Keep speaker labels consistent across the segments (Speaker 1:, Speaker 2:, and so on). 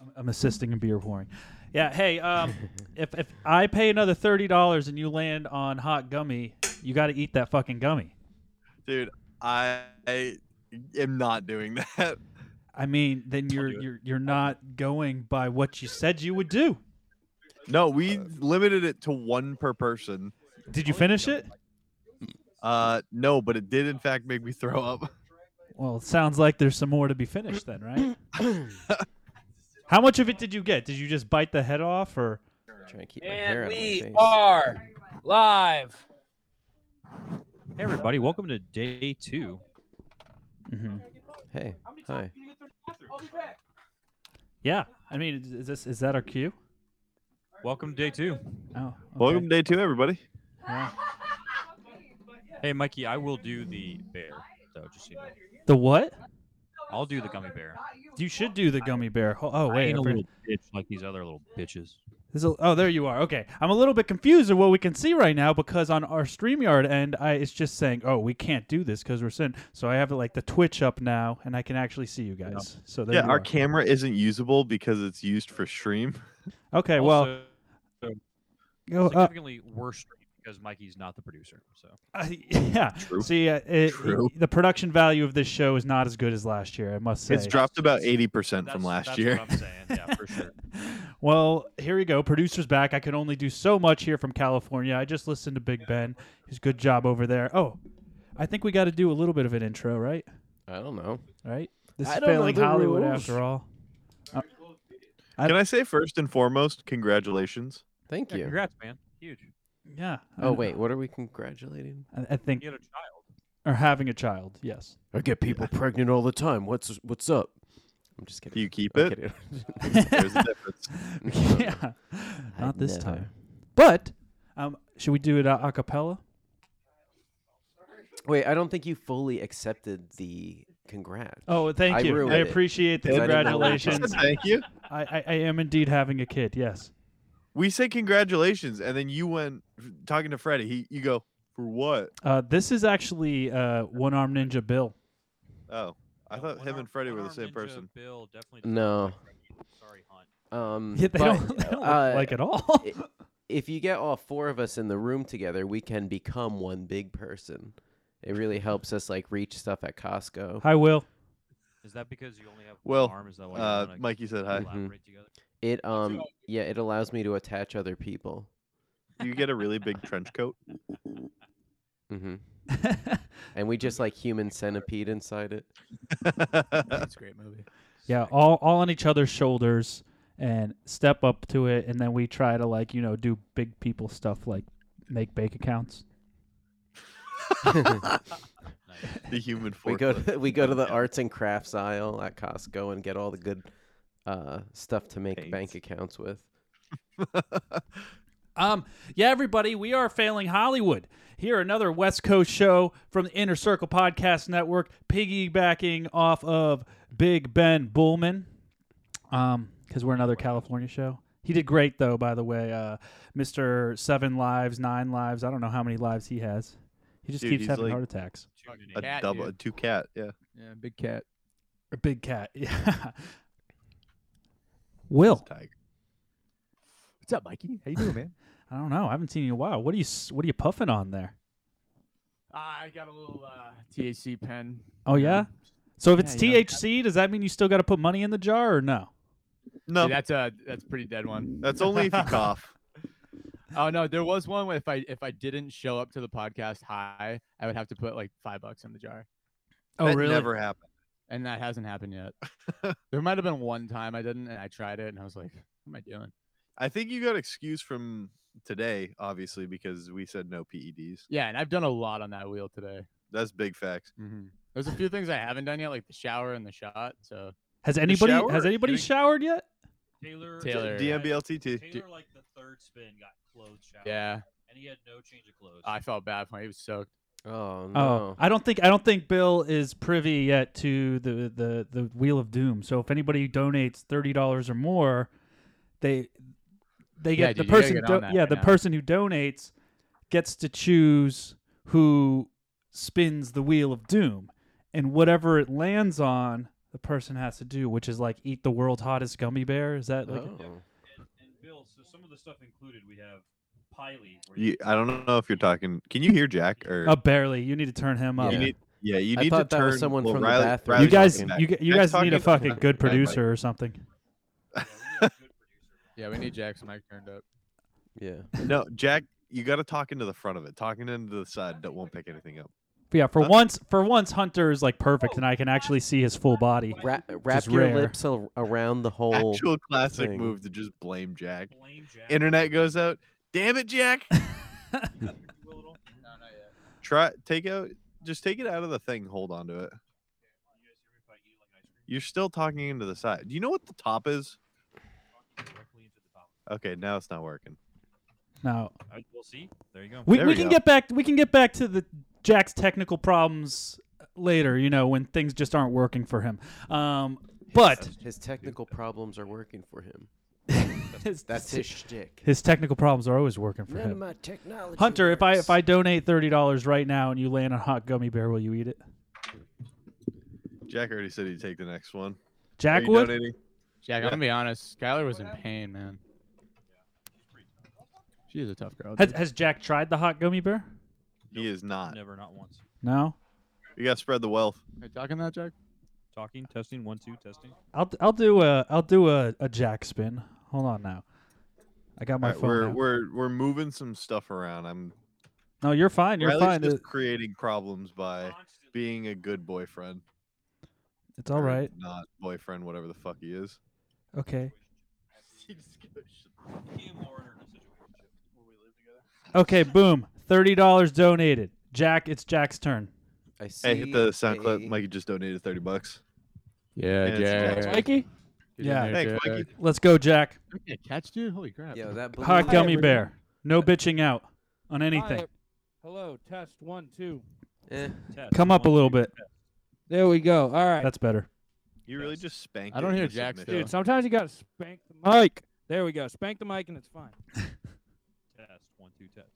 Speaker 1: I'm, I'm assisting and beer pouring. Yeah. Hey, um, if if I pay another thirty dollars and you land on hot gummy, you got to eat that fucking gummy.
Speaker 2: Dude, I, I am not doing that.
Speaker 1: I mean, then you're
Speaker 2: do it.
Speaker 1: you're you're not going by what you said you would do.
Speaker 2: No, we limited it to one per person.
Speaker 1: Did you finish it?
Speaker 2: Uh, no, but it did in fact make me throw up.
Speaker 1: Well, it sounds like there's some more to be finished then, right? How much of it did you get? Did you just bite the head off or
Speaker 3: Trying to keep my hair
Speaker 4: And
Speaker 3: out of my
Speaker 4: we
Speaker 3: face.
Speaker 4: are live.
Speaker 5: Hey everybody, welcome to day two. Mm-hmm.
Speaker 3: Hey, hi.
Speaker 1: Yeah. I mean, is- is this is that our cue?
Speaker 5: Welcome to day two.
Speaker 1: Oh. okay.
Speaker 2: Welcome to day two, everybody.
Speaker 1: Yeah.
Speaker 5: Hey Mikey, I will do the bear. So just so you know.
Speaker 1: The what?
Speaker 5: I'll do the gummy bear.
Speaker 1: You should do the gummy bear. Oh, oh
Speaker 5: I
Speaker 1: wait.
Speaker 5: ain't
Speaker 1: I
Speaker 5: a
Speaker 1: forgot-
Speaker 5: little bitch like these other little bitches.
Speaker 1: This will- oh, there you are. Okay, I'm a little bit confused at what we can see right now because on our Streamyard end, I it's just saying, "Oh, we can't do this because we're sent." So I have like the Twitch up now, and I can actually see you guys. So there
Speaker 2: yeah,
Speaker 1: you
Speaker 2: our
Speaker 1: are.
Speaker 2: camera isn't usable because it's used for stream.
Speaker 1: okay, well,
Speaker 5: Also,
Speaker 1: go, uh,
Speaker 5: significantly worse stream because Mikey's not the producer. So
Speaker 1: I- yeah.
Speaker 2: True.
Speaker 1: See, uh, it,
Speaker 2: True.
Speaker 1: the production value of this show is not as good as last year. I must say.
Speaker 2: It's dropped about eighty percent
Speaker 5: that's,
Speaker 2: from last
Speaker 5: that's
Speaker 2: year.
Speaker 5: What I'm saying, yeah, for sure.
Speaker 1: well, here we go. Producer's back. I can only do so much here from California. I just listened to Big Ben. His good job over there. Oh, I think we got to do a little bit of an intro, right?
Speaker 3: I don't know.
Speaker 1: right? This
Speaker 3: I
Speaker 1: is
Speaker 3: don't know
Speaker 1: failing
Speaker 3: the
Speaker 1: Hollywood
Speaker 3: rules.
Speaker 1: after all. I-
Speaker 2: Can I say first and foremost, congratulations?
Speaker 3: Thank
Speaker 5: Yeah,
Speaker 3: you.
Speaker 5: congrats, man. Huge.
Speaker 1: Yeah. I
Speaker 3: Oh
Speaker 1: don't-
Speaker 3: wait, what are we congratulating?
Speaker 1: I, I think
Speaker 5: You had a child.
Speaker 1: or having a child. Yes.
Speaker 3: I get people pregnant all the time. What's what's up? I'm just kidding.
Speaker 2: Do you keep
Speaker 3: I'm
Speaker 2: it?
Speaker 3: kidding.
Speaker 2: There's a difference.
Speaker 1: yeah. Not
Speaker 3: I'd
Speaker 1: this
Speaker 3: never.
Speaker 1: time. But um, should we do it a, a cappella?
Speaker 3: Wait, I don't think you fully accepted the congrats.
Speaker 1: Oh, thank
Speaker 3: I
Speaker 1: you.
Speaker 3: ruined
Speaker 1: I
Speaker 3: it.
Speaker 1: appreciate the
Speaker 3: Because I didn't know what
Speaker 2: I said
Speaker 1: congratulations.
Speaker 2: Thank you.
Speaker 1: I, I, I am indeed having a kid. Yes.
Speaker 2: We say congratulations, and then you went talking to Freddie. He, you go for what?
Speaker 1: Uh, this is actually uh, One Arm Ninja Bill.
Speaker 2: Oh, I
Speaker 5: No,
Speaker 2: thought
Speaker 5: one
Speaker 2: him
Speaker 5: arm-
Speaker 2: and Freddie were
Speaker 5: one
Speaker 2: the
Speaker 5: arm
Speaker 2: same
Speaker 5: ninja
Speaker 2: person.
Speaker 5: Bill definitely. doesn't
Speaker 3: No.
Speaker 5: look like Mikey. Sorry, Hunt.
Speaker 3: Um,
Speaker 1: Yeah, they
Speaker 3: but,
Speaker 1: don't, they don't
Speaker 3: uh,
Speaker 1: look like at all.
Speaker 3: i- if you get all four of us in the room together, we can become one big person. It really helps us like reach stuff at Costco.
Speaker 1: Hi, Will.
Speaker 5: Is that because you only have
Speaker 2: Well,
Speaker 5: one arm? Is that why you
Speaker 2: Uh,
Speaker 5: wanna
Speaker 2: Mikey said hi.
Speaker 3: Mhm.
Speaker 1: Mm-hmm.
Speaker 5: collaborate together?
Speaker 3: It um yeah, it allows me to attach other people.
Speaker 2: You get a really big trench coat.
Speaker 3: hmm And we just like human centipede inside it.
Speaker 6: That's a great movie.
Speaker 1: Yeah, all, all on each other's shoulders and step up to it, and then we try to like you know do big people stuff like make bank accounts.
Speaker 5: Nice.
Speaker 2: the human
Speaker 3: We go
Speaker 2: forklift.
Speaker 3: to, we go to the arts and crafts aisle at Costco and get all the good uh, stuff to make bank
Speaker 2: Paints.
Speaker 3: accounts with.
Speaker 1: Um, yeah, everybody, we are failing Hollywood. Here, another West Coast show from the Inner Circle Podcast Network, piggybacking off of Big Ben Bullman. Um, because we're another California show. He did great though, by the way. Uh, Mister Seven Lives, Nine Lives. I don't know how many lives he has. He just
Speaker 2: Dude,
Speaker 1: keeps
Speaker 2: he's
Speaker 1: having
Speaker 2: like-
Speaker 1: heart attacks.
Speaker 5: Too many.
Speaker 2: a
Speaker 6: Cat,
Speaker 2: double,
Speaker 6: dude.
Speaker 2: a two cat. Yeah.
Speaker 6: Yeah, big cat.
Speaker 1: A big cat. Yeah. Will,
Speaker 2: Tiger.
Speaker 6: What's up, Mikey? How you doing, man?
Speaker 1: I don't know. I haven't seen you in a while. What are you s- What are you puffing on there?
Speaker 6: I got a little uh, THC pen. Um,
Speaker 1: Oh yeah. So if it's
Speaker 6: Yeah, yeah.
Speaker 1: THC, does that mean you still got to put money in the jar or no?
Speaker 2: No,
Speaker 6: Dude, that's a that's a pretty dead one.
Speaker 2: that's only if you cough.
Speaker 6: Oh no, there was one where if I if I didn't show up to the podcast high, I would have to put like five bucks in the jar, Oh,
Speaker 2: that Never happened.
Speaker 6: and that hasn't happened yet. there might have been one time I didn't, and I tried it, and I was like, "What am I doing?"
Speaker 2: I think you got excused from today, obviously, because we said no PEDs.
Speaker 6: Yeah, and I've done a lot on that wheel today.
Speaker 2: That's big facts.
Speaker 6: Mm-hmm. There's a few things I haven't done yet, like the shower and the shot. So
Speaker 1: Has anybody
Speaker 2: shower?
Speaker 1: has anybody
Speaker 5: Doing-
Speaker 1: showered yet?
Speaker 5: Taylor.
Speaker 6: Taylor.
Speaker 2: DMBLTT.
Speaker 5: Taylor, like the third spin, got clothes shower.
Speaker 6: yeah,
Speaker 5: And he had no change of clothes.
Speaker 6: I felt bad for him. He was soaked.
Speaker 3: Oh
Speaker 1: Oh,
Speaker 3: no.
Speaker 1: I don't think I don't think Bill is privy yet to the the the wheel of doom. So if anybody donates thirty dollars or more, they they
Speaker 6: Yeah,
Speaker 1: get the
Speaker 6: dude, you gotta
Speaker 1: person
Speaker 6: get on
Speaker 1: do-
Speaker 6: that
Speaker 1: yeah
Speaker 6: right
Speaker 1: the
Speaker 6: now.
Speaker 1: person who donates gets to choose who spins the wheel of doom, and whatever it lands on, the person has to do, which is like eat the world's hottest gummy bear. Is that like
Speaker 3: Oh.
Speaker 5: And, and Bill, so some of the stuff included, we have Piley. where
Speaker 2: You, I don't know if you're talking. Can you hear Jack? Or
Speaker 1: oh barely? You need to turn him up.
Speaker 2: you
Speaker 3: Yeah.
Speaker 2: need, yeah, you
Speaker 3: I
Speaker 2: need to
Speaker 3: thought that
Speaker 2: turn
Speaker 3: was someone
Speaker 2: well,
Speaker 3: from the
Speaker 2: Riley,
Speaker 3: bathroom.
Speaker 2: Riley
Speaker 1: You guys,
Speaker 2: talking
Speaker 3: Jack.
Speaker 1: you, g- you
Speaker 2: Jack's
Speaker 1: guys need a
Speaker 2: talking-
Speaker 1: fucking good
Speaker 2: Jack might-
Speaker 1: producer or something.
Speaker 5: yeah, we need a good producer.
Speaker 6: Yeah, we need Jack's mic turned up.
Speaker 3: Yeah.
Speaker 2: No, Jack, you got to talk into the front of it. Talking into the side that won't pick anything up.
Speaker 1: But yeah, for
Speaker 2: Huh?
Speaker 1: once, for once, Hunter is like perfect, and I can actually see his full body.
Speaker 3: Wrap, wrap your
Speaker 1: rare.
Speaker 3: lips a- around the whole.
Speaker 2: Actual classic
Speaker 3: thing.
Speaker 2: move to just blame Jack.
Speaker 5: Blame Jack.
Speaker 2: Internet goes out. Damn it, Jack. Try take out. Just take it out of the thing. Hold on to it. You're still talking into the side. Do you know what the top is? Okay, now it's not working.
Speaker 1: No,
Speaker 5: Alright, We'll see. There you go.
Speaker 1: we,
Speaker 2: There
Speaker 1: we
Speaker 2: we
Speaker 1: can
Speaker 2: go.
Speaker 1: get back. We can get back to the Jack's technical problems later. You know, when things just aren't working for him. Um, but
Speaker 3: His technical problems are working for him.
Speaker 1: his,
Speaker 3: That's his shtick.
Speaker 1: his technical problems are always working for
Speaker 3: None of
Speaker 1: him.
Speaker 3: my technology.
Speaker 1: Hunter, if I
Speaker 3: works.
Speaker 1: if I donate thirty dollars right now and you land on hot gummy bear, will you eat it?
Speaker 2: Jack already said he'd take the next one. Are
Speaker 1: Jack
Speaker 2: you
Speaker 1: would.
Speaker 2: donating?
Speaker 6: Jack, I'm gonna be honest. Skylar was in pain, man. She is a tough girl.
Speaker 1: Has,
Speaker 6: dude.
Speaker 1: has Jack tried the hot gummy bear?
Speaker 2: He is not.
Speaker 5: Never, not once.
Speaker 1: No.
Speaker 2: You got to spread the wealth.
Speaker 6: Are you talking that, Jack?
Speaker 5: Talking, testing, one, two, testing.
Speaker 1: I'll I'll do a I'll do a, a Jack spin. Hold on now. I got my
Speaker 2: All right,
Speaker 1: phone.
Speaker 2: we're
Speaker 1: out.
Speaker 2: we're we're moving some stuff around. I'm
Speaker 1: No, you're fine. You're
Speaker 2: Riley's
Speaker 1: fine.
Speaker 2: just
Speaker 1: It-
Speaker 2: creating problems by being a good boyfriend.
Speaker 1: It's all
Speaker 2: or
Speaker 1: right.
Speaker 2: Not boyfriend, whatever the fuck he is.
Speaker 1: Okay.
Speaker 5: He and Lauren are in a situation where we live together.
Speaker 1: Okay. Boom. Thirty dollars donated. Jack, it's Jack's turn.
Speaker 3: I see
Speaker 2: Hey, hit the sound clip.
Speaker 3: a-
Speaker 2: Mikey just donated thirty bucks.
Speaker 6: Yeah,
Speaker 2: it's Jack.
Speaker 6: Jack.
Speaker 1: Mikey.
Speaker 6: Get in
Speaker 1: Yeah.
Speaker 6: there,
Speaker 2: Thanks,
Speaker 6: Jack.
Speaker 2: Mikey.
Speaker 1: Let's go, Jack.
Speaker 6: Okay, catch, dude. Holy crap.
Speaker 3: Yo, that blue
Speaker 1: Hot
Speaker 3: light
Speaker 1: gummy
Speaker 3: was-
Speaker 1: bear. No bitching out on anything.
Speaker 4: Hi. Hello, test one, two.
Speaker 3: Eh,
Speaker 5: Test,
Speaker 1: Come up a
Speaker 5: one,
Speaker 1: little
Speaker 5: two,
Speaker 1: bit.
Speaker 5: test.
Speaker 4: There we go. All right.
Speaker 1: That's better.
Speaker 2: You really
Speaker 5: Yes.
Speaker 2: just spanked.
Speaker 6: I don't
Speaker 2: it in
Speaker 6: hear
Speaker 2: the
Speaker 6: Jack's
Speaker 2: submission.
Speaker 4: Dude, sometimes you gotta spank the mic. There we go. Spank the mic and it's fine.
Speaker 5: Test, one, two, test.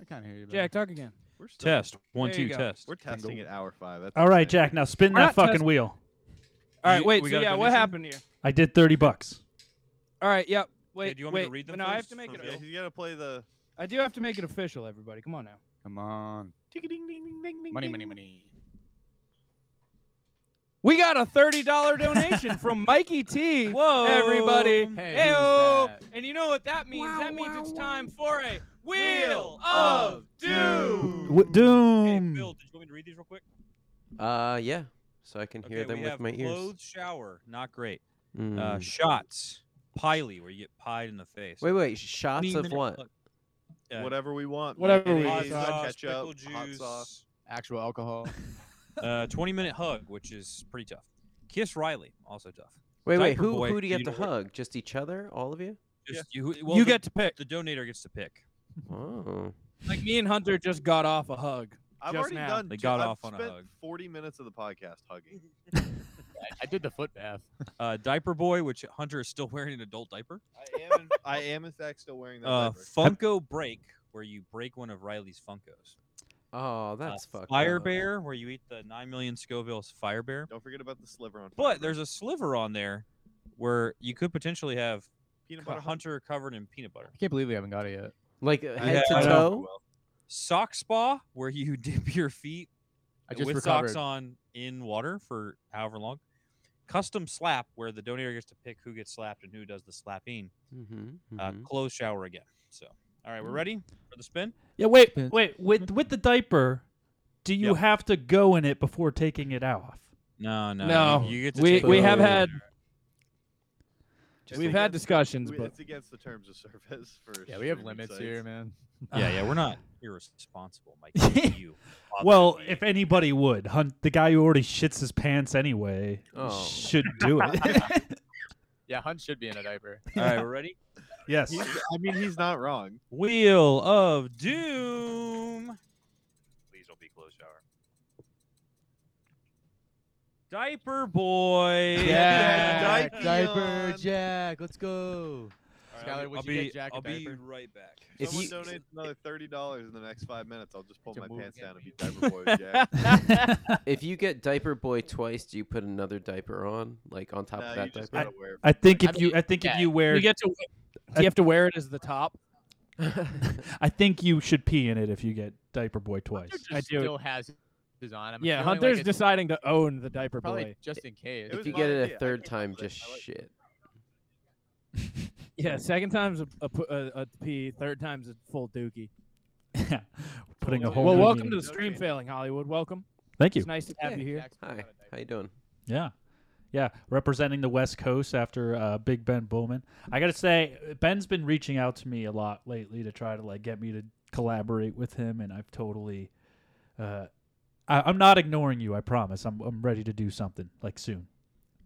Speaker 6: I kind of hear you.
Speaker 4: Jack, talk again.
Speaker 2: We're still-
Speaker 5: Test, one,
Speaker 4: There you
Speaker 5: two,
Speaker 4: go.
Speaker 5: test.
Speaker 2: We're testing at hour five. That's
Speaker 1: All right,
Speaker 2: insane.
Speaker 1: Jack. Now spin
Speaker 4: We're
Speaker 1: that
Speaker 4: not
Speaker 1: fucking
Speaker 4: testing.
Speaker 1: wheel.
Speaker 4: All right,
Speaker 5: You-
Speaker 4: wait.
Speaker 5: we
Speaker 4: So
Speaker 5: got a
Speaker 4: yeah, what
Speaker 5: donation?
Speaker 4: happened here?
Speaker 1: I did thirty bucks.
Speaker 4: All right. Yep. Wait.
Speaker 5: do you want me
Speaker 4: wait.
Speaker 5: to read them
Speaker 4: No, I have
Speaker 5: first
Speaker 4: to make
Speaker 5: for
Speaker 4: it.
Speaker 5: Bill?
Speaker 2: Yeah,
Speaker 4: o-
Speaker 2: he's gotta play the.
Speaker 4: I do have to make it official. Everybody, come on now.
Speaker 6: Come on. Money, money, money.
Speaker 4: We got a $30 donation from Mikey T.
Speaker 1: Whoa.
Speaker 4: Everybody.
Speaker 6: Hey,
Speaker 4: Heyo.
Speaker 6: who's that?
Speaker 4: And you know what that means? that means it's time for a Wheel
Speaker 6: of
Speaker 4: of Doom.
Speaker 1: W-
Speaker 5: Hey,
Speaker 1: Doom.
Speaker 5: Bill, did you want me to read these real quick?
Speaker 3: Uh, yeah. So I can hear
Speaker 5: Okay,
Speaker 3: them
Speaker 5: we
Speaker 3: with
Speaker 5: have
Speaker 3: my ears.
Speaker 5: clothes shower, not great. Uh,
Speaker 3: Mm.
Speaker 5: shots, piley, where you get pied in the face.
Speaker 3: wait, wait. Shots of what?
Speaker 5: Uh,
Speaker 2: Whatever we want.
Speaker 4: Whatever we
Speaker 2: mayonnaise,
Speaker 5: Hot
Speaker 4: Please,
Speaker 5: sauce,
Speaker 4: want.
Speaker 2: ketchup,
Speaker 5: pickle
Speaker 2: hot
Speaker 5: juice,
Speaker 2: sauce.
Speaker 6: Actual alcohol.
Speaker 5: Uh, 20 minute hug, which is pretty tough. Kiss Riley, also tough.
Speaker 3: Wait, wait.
Speaker 5: diaper
Speaker 3: Who
Speaker 5: boy,
Speaker 3: who do you
Speaker 5: you
Speaker 3: have to
Speaker 5: know what-
Speaker 3: hug? Just each other? All of you?
Speaker 5: Just you, who- well,
Speaker 4: you
Speaker 5: the-
Speaker 4: get to pick.
Speaker 5: the donator gets to pick.
Speaker 3: Oh.
Speaker 4: Like me and Hunter just got off a hug.
Speaker 2: I've
Speaker 4: Just
Speaker 2: already
Speaker 4: now.
Speaker 2: done.
Speaker 5: They
Speaker 2: two-
Speaker 5: got
Speaker 2: I've
Speaker 5: off on a
Speaker 2: spent
Speaker 5: hug.
Speaker 2: Forty minutes of the podcast hugging.
Speaker 6: I did the foot bath.
Speaker 5: Uh, diaper boy, which Hunter is still wearing an adult diaper.
Speaker 2: I am. In, I am in fact still wearing that.
Speaker 5: Uh,
Speaker 2: diaper.
Speaker 5: Funko break, where you break one of Riley's Funkos.
Speaker 3: Oh,
Speaker 5: Uh,
Speaker 3: that's fucked
Speaker 5: Fire
Speaker 3: up.
Speaker 5: bear, where you eat the nine million Scovilles Fire bear.
Speaker 2: Don't forget about the sliver on.
Speaker 5: But
Speaker 2: Friday.
Speaker 5: there's a sliver on there where you could potentially have
Speaker 2: peanut
Speaker 5: co-
Speaker 2: butter Hut.
Speaker 5: Hunter covered in peanut butter.
Speaker 6: I can't believe we haven't got it yet.
Speaker 3: Like uh, head
Speaker 5: Yeah,
Speaker 3: to
Speaker 5: I
Speaker 2: know.
Speaker 3: toe.
Speaker 5: Sock spa, where you dip your feet
Speaker 6: I just
Speaker 5: with
Speaker 6: recovered.
Speaker 5: socks on in water for however long. Custom slap, where the donator gets to pick who gets slapped and who does the slapping.
Speaker 3: Mm-hmm,
Speaker 5: Uh, clothes shower again. So, all right, we're
Speaker 4: Mm.
Speaker 5: ready for the spin.
Speaker 1: Yeah. Wait.
Speaker 6: Spin.
Speaker 1: Wait. With with the diaper, do you
Speaker 5: Yep.
Speaker 1: have to go in it before taking it off?
Speaker 5: No, no,
Speaker 4: No,
Speaker 5: You, you get to
Speaker 4: we
Speaker 5: take
Speaker 4: we
Speaker 5: it
Speaker 4: have
Speaker 5: over.
Speaker 4: had
Speaker 2: Just
Speaker 7: We've
Speaker 2: like
Speaker 7: had
Speaker 2: that's-
Speaker 7: discussions,
Speaker 2: We-
Speaker 7: but
Speaker 2: it's against the terms of service for.
Speaker 6: Yeah, we have
Speaker 2: streaming
Speaker 6: limits
Speaker 2: sites.
Speaker 6: here, man.
Speaker 5: Yeah, yeah, we're not irresponsible, Mike. you.
Speaker 4: Uh,
Speaker 5: bother
Speaker 1: Well,
Speaker 5: me.
Speaker 1: if anybody would, hun- the guy who already shits his pants anyway
Speaker 3: Oh.
Speaker 1: should do it.
Speaker 6: Yeah, Hunt should be in a diaper.
Speaker 5: all right, we're ready.
Speaker 1: yes.
Speaker 2: He's- I mean, he's not wrong.
Speaker 5: Wheel of Doom. Please don't be closed shower. Diaper boy.
Speaker 2: Yeah, Jack,
Speaker 6: diaper
Speaker 2: Dion.
Speaker 6: Jack. Let's go.
Speaker 5: All
Speaker 6: Skylar,
Speaker 5: I'll
Speaker 6: would
Speaker 5: be,
Speaker 6: you get Jack a
Speaker 5: I'll be
Speaker 6: diaper?
Speaker 5: right back.
Speaker 3: If
Speaker 2: Someone
Speaker 3: you-
Speaker 2: donates another thirty dollars in the next five minutes, I'll just pull
Speaker 6: To
Speaker 2: my
Speaker 6: move
Speaker 2: pants
Speaker 6: again.
Speaker 2: down and be diaper boy Jack.
Speaker 3: If you get diaper boy twice, do you put another diaper on, like on top
Speaker 2: Nah,
Speaker 3: of
Speaker 2: you
Speaker 3: that
Speaker 2: just
Speaker 3: diaper?
Speaker 2: gotta wear it.
Speaker 1: I think
Speaker 6: I
Speaker 1: if
Speaker 6: mean,
Speaker 1: you, I think if
Speaker 6: yeah,
Speaker 1: you wear,
Speaker 7: you get to. Do you have to wear it as the top?
Speaker 1: I think you should pee in it if you get diaper boy twice.
Speaker 7: I do.
Speaker 6: Still has his on. I'm
Speaker 7: yeah,
Speaker 6: feeling like
Speaker 7: Hunter's
Speaker 6: it's
Speaker 7: deciding to own the diaper
Speaker 6: probably
Speaker 7: boy.
Speaker 6: just in case.
Speaker 2: It was
Speaker 3: if you
Speaker 2: my
Speaker 3: get it
Speaker 2: idea.
Speaker 3: a
Speaker 2: I
Speaker 3: third
Speaker 2: came up
Speaker 3: time,
Speaker 2: with it.
Speaker 3: just
Speaker 2: I like it.
Speaker 3: shit.
Speaker 7: Yeah, second time's a, a, pu- a, a pee, third time's a full dookie.
Speaker 1: Putting a whole.
Speaker 7: Well,
Speaker 1: new
Speaker 7: welcome to
Speaker 1: meaning-
Speaker 7: the stream,
Speaker 2: Okay.
Speaker 7: failing Hollywood. Welcome.
Speaker 1: Thank you.
Speaker 7: It's nice to have you here.
Speaker 3: Hi, how you doing?
Speaker 1: Yeah. Yeah, representing the West Coast after uh, Big Ben Bowman. I got to say, Ben's been reaching out to me a lot lately to try to like get me to collaborate with him, and I've totally, uh, I, I'm not ignoring you. I promise. I'm I'm ready to do something like soon.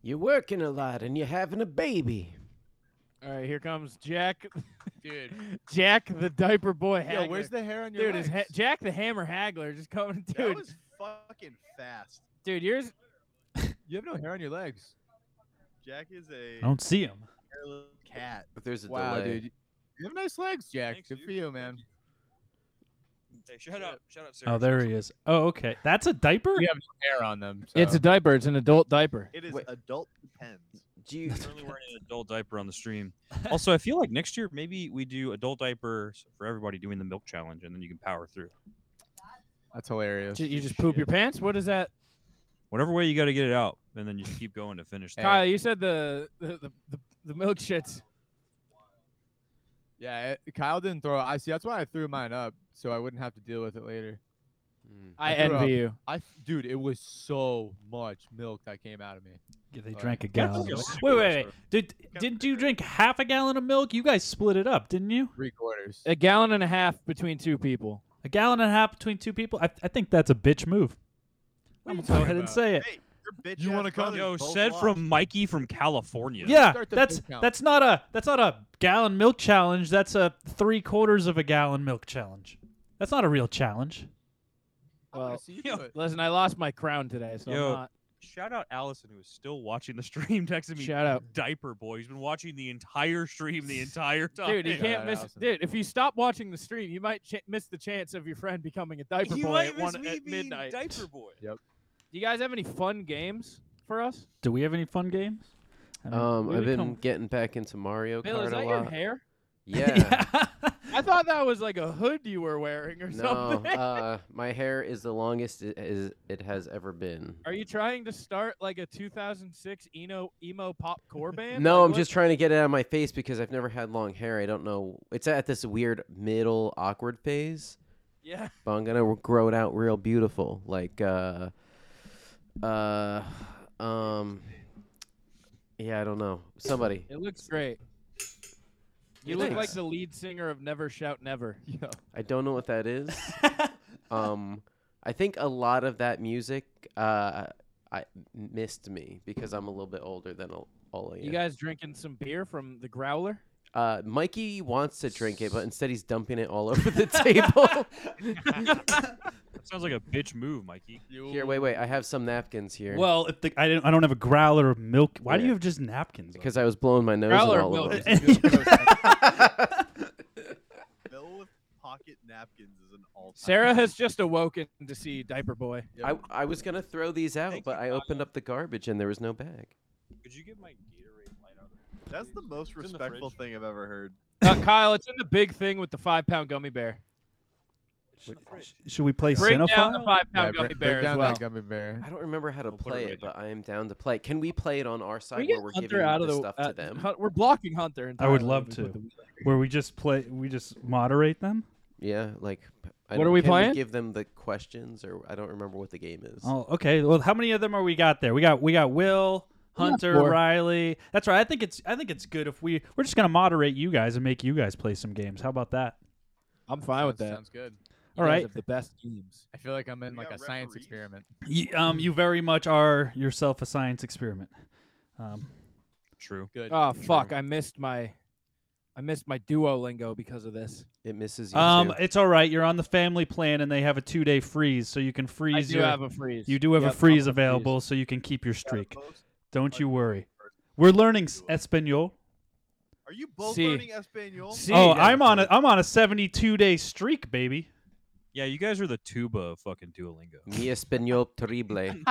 Speaker 3: You're working a lot and you're having a baby.
Speaker 7: All right, here comes Jack,
Speaker 6: dude.
Speaker 7: Jack the diaper boy. Hagler.
Speaker 6: Yo, where's the hair on your
Speaker 7: dude? Is ha- Jack the Hammer Hagler just coming?
Speaker 2: That
Speaker 7: Dude,
Speaker 2: was fucking fast.
Speaker 7: dude, yours.
Speaker 6: you have no hair on your legs.
Speaker 2: Jack is a
Speaker 1: I don't see him.
Speaker 2: hairless cat.
Speaker 3: But there's a
Speaker 6: Wow,
Speaker 3: delay.
Speaker 6: dude. You have nice legs, Jack.
Speaker 5: Thanks,
Speaker 6: Good
Speaker 5: dude.
Speaker 6: for you, man.
Speaker 5: Hey, shut up. Shut up, Sarah.
Speaker 1: Oh, there he is. Oh, okay. That's a diaper.
Speaker 6: We have no hair on them.
Speaker 7: It's a
Speaker 6: so-
Speaker 7: diaper. It's an adult diaper.
Speaker 2: It is
Speaker 3: Wait.
Speaker 2: adult depends.
Speaker 3: Do you, Mm.
Speaker 5: Currently wearing an adult diaper on the stream. Also, I feel like next year maybe we do adult diapers for everybody doing the milk challenge, and then you can power through.
Speaker 6: That's hilarious.
Speaker 7: Ju- You just poop your pants. What is that,
Speaker 5: Whatever way you got to get it out, and then you just keep going to finish.
Speaker 6: Hey.
Speaker 7: Kyle? You said the the the, the, the milk shits.
Speaker 6: Yeah, it, Kyle didn't throw. I see. That's why I threw mine up, so I wouldn't have to deal with it later.
Speaker 3: Mm.
Speaker 7: I,
Speaker 6: threw up.
Speaker 7: envy you.
Speaker 6: I, dude, it was so much milk that came out of me.
Speaker 1: Yeah, they
Speaker 6: Sorry.
Speaker 1: drank a
Speaker 5: That's
Speaker 1: gallon.
Speaker 5: like
Speaker 1: of
Speaker 5: a
Speaker 1: milk.
Speaker 5: super
Speaker 1: Wait, wait, wait.
Speaker 5: restaurant.
Speaker 1: Did didn't you drink half a gallon of milk? You guys split it up, didn't you?
Speaker 6: Three quarters.
Speaker 7: A gallon and a half between two people.
Speaker 1: A gallon and a half between two people. I, I think that's a bitch move.
Speaker 6: What
Speaker 1: I'm gonna
Speaker 6: are you
Speaker 1: go
Speaker 6: talking
Speaker 1: ahead and
Speaker 6: about?
Speaker 1: say it.
Speaker 2: Hey, your bitch.
Speaker 6: You wanna
Speaker 2: ass
Speaker 6: come?
Speaker 2: brothers
Speaker 5: Yo,
Speaker 2: both
Speaker 5: said
Speaker 2: lost.
Speaker 5: from Mikey from California.
Speaker 1: Yeah,
Speaker 6: Start the
Speaker 1: that's
Speaker 6: milk count.
Speaker 1: that's not a that's not a gallon milk challenge. That's a three quarters of a gallon milk challenge. That's not a real challenge.
Speaker 6: I wanna
Speaker 7: Well,
Speaker 6: see you
Speaker 5: yo,
Speaker 6: do it.
Speaker 7: Listen, I lost my crown today, so
Speaker 5: Yo,
Speaker 7: I'm not.
Speaker 5: Shout out Allison who is still watching the stream, texting me.
Speaker 7: Shout out.
Speaker 5: diaper boy. He's been watching the entire stream the entire time.
Speaker 7: Dude, you
Speaker 6: Yeah,
Speaker 7: can't
Speaker 6: that
Speaker 7: miss.
Speaker 6: was-
Speaker 7: Dude, if you stop watching the stream, you might ch- miss the chance of your friend becoming a diaper
Speaker 5: You
Speaker 7: boy
Speaker 5: might
Speaker 7: at,
Speaker 5: miss
Speaker 7: one,
Speaker 5: me
Speaker 7: at
Speaker 5: being
Speaker 7: midnight.
Speaker 5: diaper boy.
Speaker 7: Do you guys have any fun games for us?
Speaker 1: Do we have any fun games? I mean,
Speaker 3: um,
Speaker 1: we
Speaker 3: I've
Speaker 1: would
Speaker 3: been
Speaker 1: come-
Speaker 3: getting back into Mario
Speaker 7: Bill,
Speaker 3: Kart
Speaker 7: is that
Speaker 3: a
Speaker 7: your
Speaker 3: lot.
Speaker 7: hair?
Speaker 3: Yeah.
Speaker 7: I thought that was like a hood you were wearing or
Speaker 3: No,
Speaker 7: something.
Speaker 3: uh, my hair is the longest it, is, it has ever been.
Speaker 7: Are you trying to start like a 2006 emo emo pop core band?
Speaker 3: No,
Speaker 7: Like,
Speaker 3: I'm
Speaker 7: what-
Speaker 3: just trying to get it out of my face because I've never had long hair. I don't know. It's at this weird middle awkward phase,
Speaker 7: Yeah.
Speaker 3: but I'm gonna grow it out real beautiful, like uh, uh, um, yeah, I don't know. Somebody.
Speaker 7: It looks great. You
Speaker 3: It
Speaker 7: look like
Speaker 3: thanks.
Speaker 7: the lead singer of Never Shout Never.
Speaker 6: Yo,
Speaker 3: I don't know what that is. um, I think a lot of that music uh, I missed me because I'm a little bit older than all, all of you.
Speaker 7: You guys drinking some beer from the growler?
Speaker 3: uh, Mikey wants to drink it, but instead he's dumping it all over the table.
Speaker 5: That sounds like a bitch move, Mikey.
Speaker 3: here, wait, wait. I have some napkins here.
Speaker 1: well, if the, I don't I don't have a growler of milk. Why do you
Speaker 3: Yeah.
Speaker 1: have just napkins? on?
Speaker 3: because I was blowing my nose
Speaker 7: Growler
Speaker 3: on all
Speaker 7: milk.
Speaker 3: of them.
Speaker 6: It's a good process.
Speaker 2: Bill with pocket napkins is an all.
Speaker 7: Sarah has just awoken to see Diaper Boy.
Speaker 3: I, I was gonna throw these out,
Speaker 5: Thank
Speaker 3: but
Speaker 5: you,
Speaker 3: I opened up the garbage and there was no bag.
Speaker 5: Could you get my Gatorade light out?
Speaker 2: That's the most
Speaker 5: It's in the
Speaker 2: respectful
Speaker 5: fridge.
Speaker 2: thing I've ever heard.
Speaker 7: Uh, Kyle, it's in the big thing with the five pound gummy bear.
Speaker 1: Should we play
Speaker 7: Break down the
Speaker 1: Cinephile?
Speaker 7: five
Speaker 6: Yeah, break-
Speaker 7: pound gummy
Speaker 6: break
Speaker 7: bear as
Speaker 6: down
Speaker 7: well.
Speaker 6: that gummy bear.
Speaker 3: I don't remember how to
Speaker 5: put it
Speaker 3: play
Speaker 5: right
Speaker 3: it, but I am down to play. it. Can we play it on our side
Speaker 7: get
Speaker 3: where we're
Speaker 7: Hunter
Speaker 3: giving
Speaker 7: out of
Speaker 3: the
Speaker 7: the-
Speaker 3: stuff
Speaker 7: uh,
Speaker 3: to them?
Speaker 7: Hun- We're blocking Hunter.
Speaker 1: I would
Speaker 7: entirely
Speaker 1: love
Speaker 7: with
Speaker 1: to.
Speaker 7: the-
Speaker 1: Where we just play, we just moderate them.
Speaker 3: Yeah, like p- I
Speaker 7: What
Speaker 3: don't-
Speaker 7: are we
Speaker 3: can
Speaker 7: playing?
Speaker 3: give them the questions, or I don't remember what the game is.
Speaker 1: Oh, okay. Well, how many of them are we got there? We got we got Will, Hunter,
Speaker 6: sure.
Speaker 1: Riley. That's right. I think it's I think it's good if we we're just gonna moderate you guys and make you guys play some games. How about that?
Speaker 7: I'm fine with that.
Speaker 6: Sounds good.
Speaker 7: You
Speaker 1: All
Speaker 7: guys
Speaker 1: right.
Speaker 7: have the best teams.
Speaker 6: I feel like I'm in
Speaker 2: We
Speaker 6: like a
Speaker 2: got
Speaker 6: science
Speaker 2: referees.
Speaker 6: experiment.
Speaker 1: You, um, you very much are yourself a science experiment. Um,
Speaker 5: True.
Speaker 6: Good.
Speaker 7: Oh fuck! I missed my, I missed my Duolingo because of this.
Speaker 3: It misses you.
Speaker 1: um,
Speaker 3: too.
Speaker 1: it's all right. You're on the family plan, and they have a two day freeze, so you can
Speaker 7: I
Speaker 1: freeze
Speaker 7: do
Speaker 1: your.
Speaker 7: have a freeze.
Speaker 1: you do have
Speaker 7: Yep,
Speaker 1: a
Speaker 7: I'm
Speaker 1: freeze
Speaker 7: on
Speaker 1: available, so you can keep your streak.
Speaker 2: Both-
Speaker 1: Don't you worry.
Speaker 2: first.
Speaker 1: We're learning s- Espanol.
Speaker 2: Are you both
Speaker 7: See.
Speaker 2: learning Espanol?
Speaker 7: See,
Speaker 1: oh,
Speaker 7: guys,
Speaker 1: I'm on a I'm on a 72 day streak, baby.
Speaker 5: Yeah, you guys are the tuba of fucking Duolingo.
Speaker 3: Mi español terrible.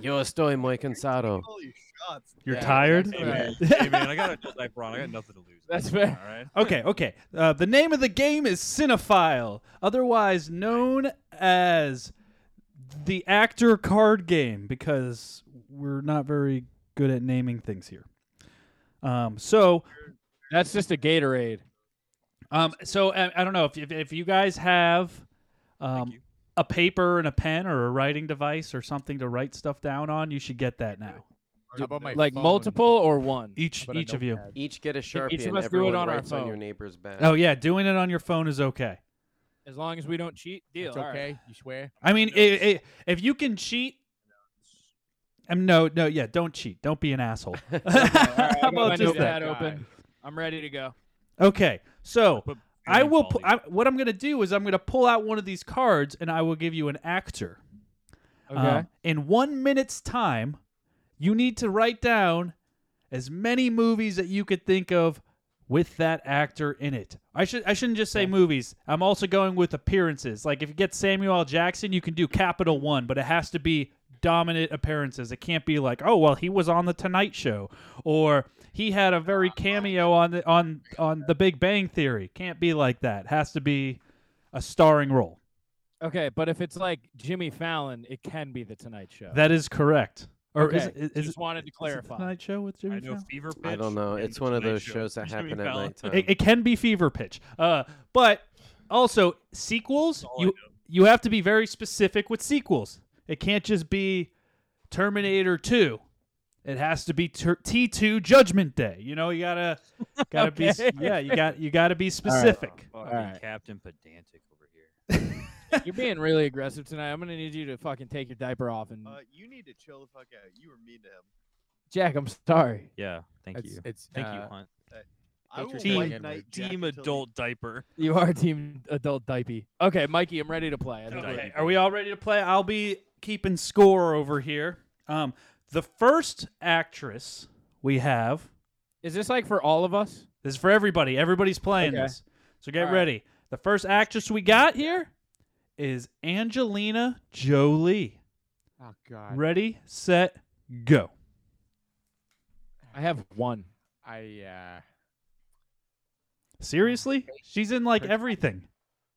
Speaker 3: Yo estoy muy cansado.
Speaker 2: Holy shots.
Speaker 1: You're
Speaker 7: Yeah,
Speaker 1: tired.
Speaker 7: that's
Speaker 5: Hey
Speaker 7: what I-
Speaker 5: man, hey, man, I got a adult diaper on. I got nothing to lose.
Speaker 7: That's
Speaker 5: man,
Speaker 7: fair.
Speaker 5: All right.
Speaker 1: Okay, okay. Uh, the name of the game is Cinephile, otherwise known as the actor card game, because we're not very good at naming things here. Um, so
Speaker 7: That's just a Gatorade.
Speaker 1: Um, so I, I don't know if, if if you guys have um,
Speaker 5: you.
Speaker 1: a paper and a pen or a writing device or something to write stuff down on, you should get that now.
Speaker 6: How about my
Speaker 7: Like
Speaker 6: phone?
Speaker 7: multiple or one.
Speaker 1: Each
Speaker 6: But a
Speaker 1: each of you.
Speaker 6: notepad.
Speaker 3: Each get a sharpie
Speaker 7: each of
Speaker 3: and
Speaker 7: us do it
Speaker 3: everyone
Speaker 7: on our
Speaker 3: writes on your
Speaker 7: phone.
Speaker 3: neighbor's back.
Speaker 1: Oh yeah, doing it on your phone is okay.
Speaker 7: As long as we don't cheat, deal.
Speaker 6: It's
Speaker 7: all right.
Speaker 6: okay. You swear.
Speaker 1: I mean, i i if you can cheat, um, no, no, yeah, don't cheat. Don't be an asshole. How
Speaker 7: I got my
Speaker 1: about just that?
Speaker 7: notepad open. I'm ready to go.
Speaker 1: Okay, so
Speaker 5: Put
Speaker 1: I
Speaker 5: Duolingo
Speaker 1: will.
Speaker 5: on
Speaker 1: Pu-
Speaker 5: these.
Speaker 1: I, what I'm going to do is I'm going to pull out one of these cards, and I will give you an actor.
Speaker 7: Okay.
Speaker 1: Um, in one minute's time, you need to write down as many movies that you could think of with that actor in it. I should. I shouldn't just say movies. I'm also going with appearances. Like if you get Samuel L. Jackson, you can do Capital One, but it has to be dominant appearances. It can't be like, oh well, he was on the Tonight Show, or he had a very cameo on the on on The Big Bang Theory. Can't be like that. Has to be a starring role.
Speaker 7: okay, but if it's like Jimmy Fallon, it can be the Tonight Show.
Speaker 1: That is correct. Or is,
Speaker 7: Okay,
Speaker 1: it- is,
Speaker 7: just
Speaker 1: it-
Speaker 7: wanted to
Speaker 1: is it
Speaker 7: clarify.
Speaker 1: Tonight Show with Jimmy
Speaker 5: I know
Speaker 1: Fallon?
Speaker 5: fever pitch.
Speaker 3: I don't know.
Speaker 5: and
Speaker 3: It's
Speaker 5: The
Speaker 3: one of
Speaker 5: Tonight
Speaker 3: those
Speaker 5: Show.
Speaker 3: shows that
Speaker 5: Jimmy
Speaker 3: happen at
Speaker 5: Fallon.
Speaker 3: nighttime.
Speaker 1: It, it can be fever pitch. Uh, but also sequels,
Speaker 5: all I
Speaker 1: you you have to be very specific with sequels. It can't just be Terminator Two. It has to be T two Judgment Day. You know, you gotta gotta be s-
Speaker 7: Okay.
Speaker 1: yeah, you got you gotta be specific.
Speaker 5: Fucking
Speaker 7: Alright.
Speaker 5: Captain Pedantic over here.
Speaker 7: You're being really aggressive tonight. I'm gonna need you to fucking take your diaper off
Speaker 1: Mm.
Speaker 7: and
Speaker 2: Uh, you need to chill the fuck out. You were mean to him.
Speaker 7: Jack. I'm sorry.
Speaker 5: Yeah. Thank
Speaker 6: It's,
Speaker 5: you.
Speaker 6: it's
Speaker 5: Thank you,
Speaker 6: uh,
Speaker 5: Hunt.
Speaker 2: I will
Speaker 6: Team-
Speaker 2: white knight Jack
Speaker 5: Team
Speaker 2: until he-
Speaker 5: adult diaper.
Speaker 7: You are team adult diapy. Okay, Mikey, I'm ready to play. I think
Speaker 5: Okay.
Speaker 7: we're-
Speaker 1: Okay, are we all ready to play? I'll be keeping score over here. Um, the first actress we have
Speaker 7: Is this like for all of us?
Speaker 1: This is for everybody. Everybody's playing
Speaker 7: Okay.
Speaker 1: this. So get
Speaker 7: All right.
Speaker 1: ready. The first actress we got here is Angelina Jolie.
Speaker 6: Oh god.
Speaker 1: Ready, set, go.
Speaker 7: I have one.
Speaker 6: I uh.
Speaker 1: Seriously? She's in like everything.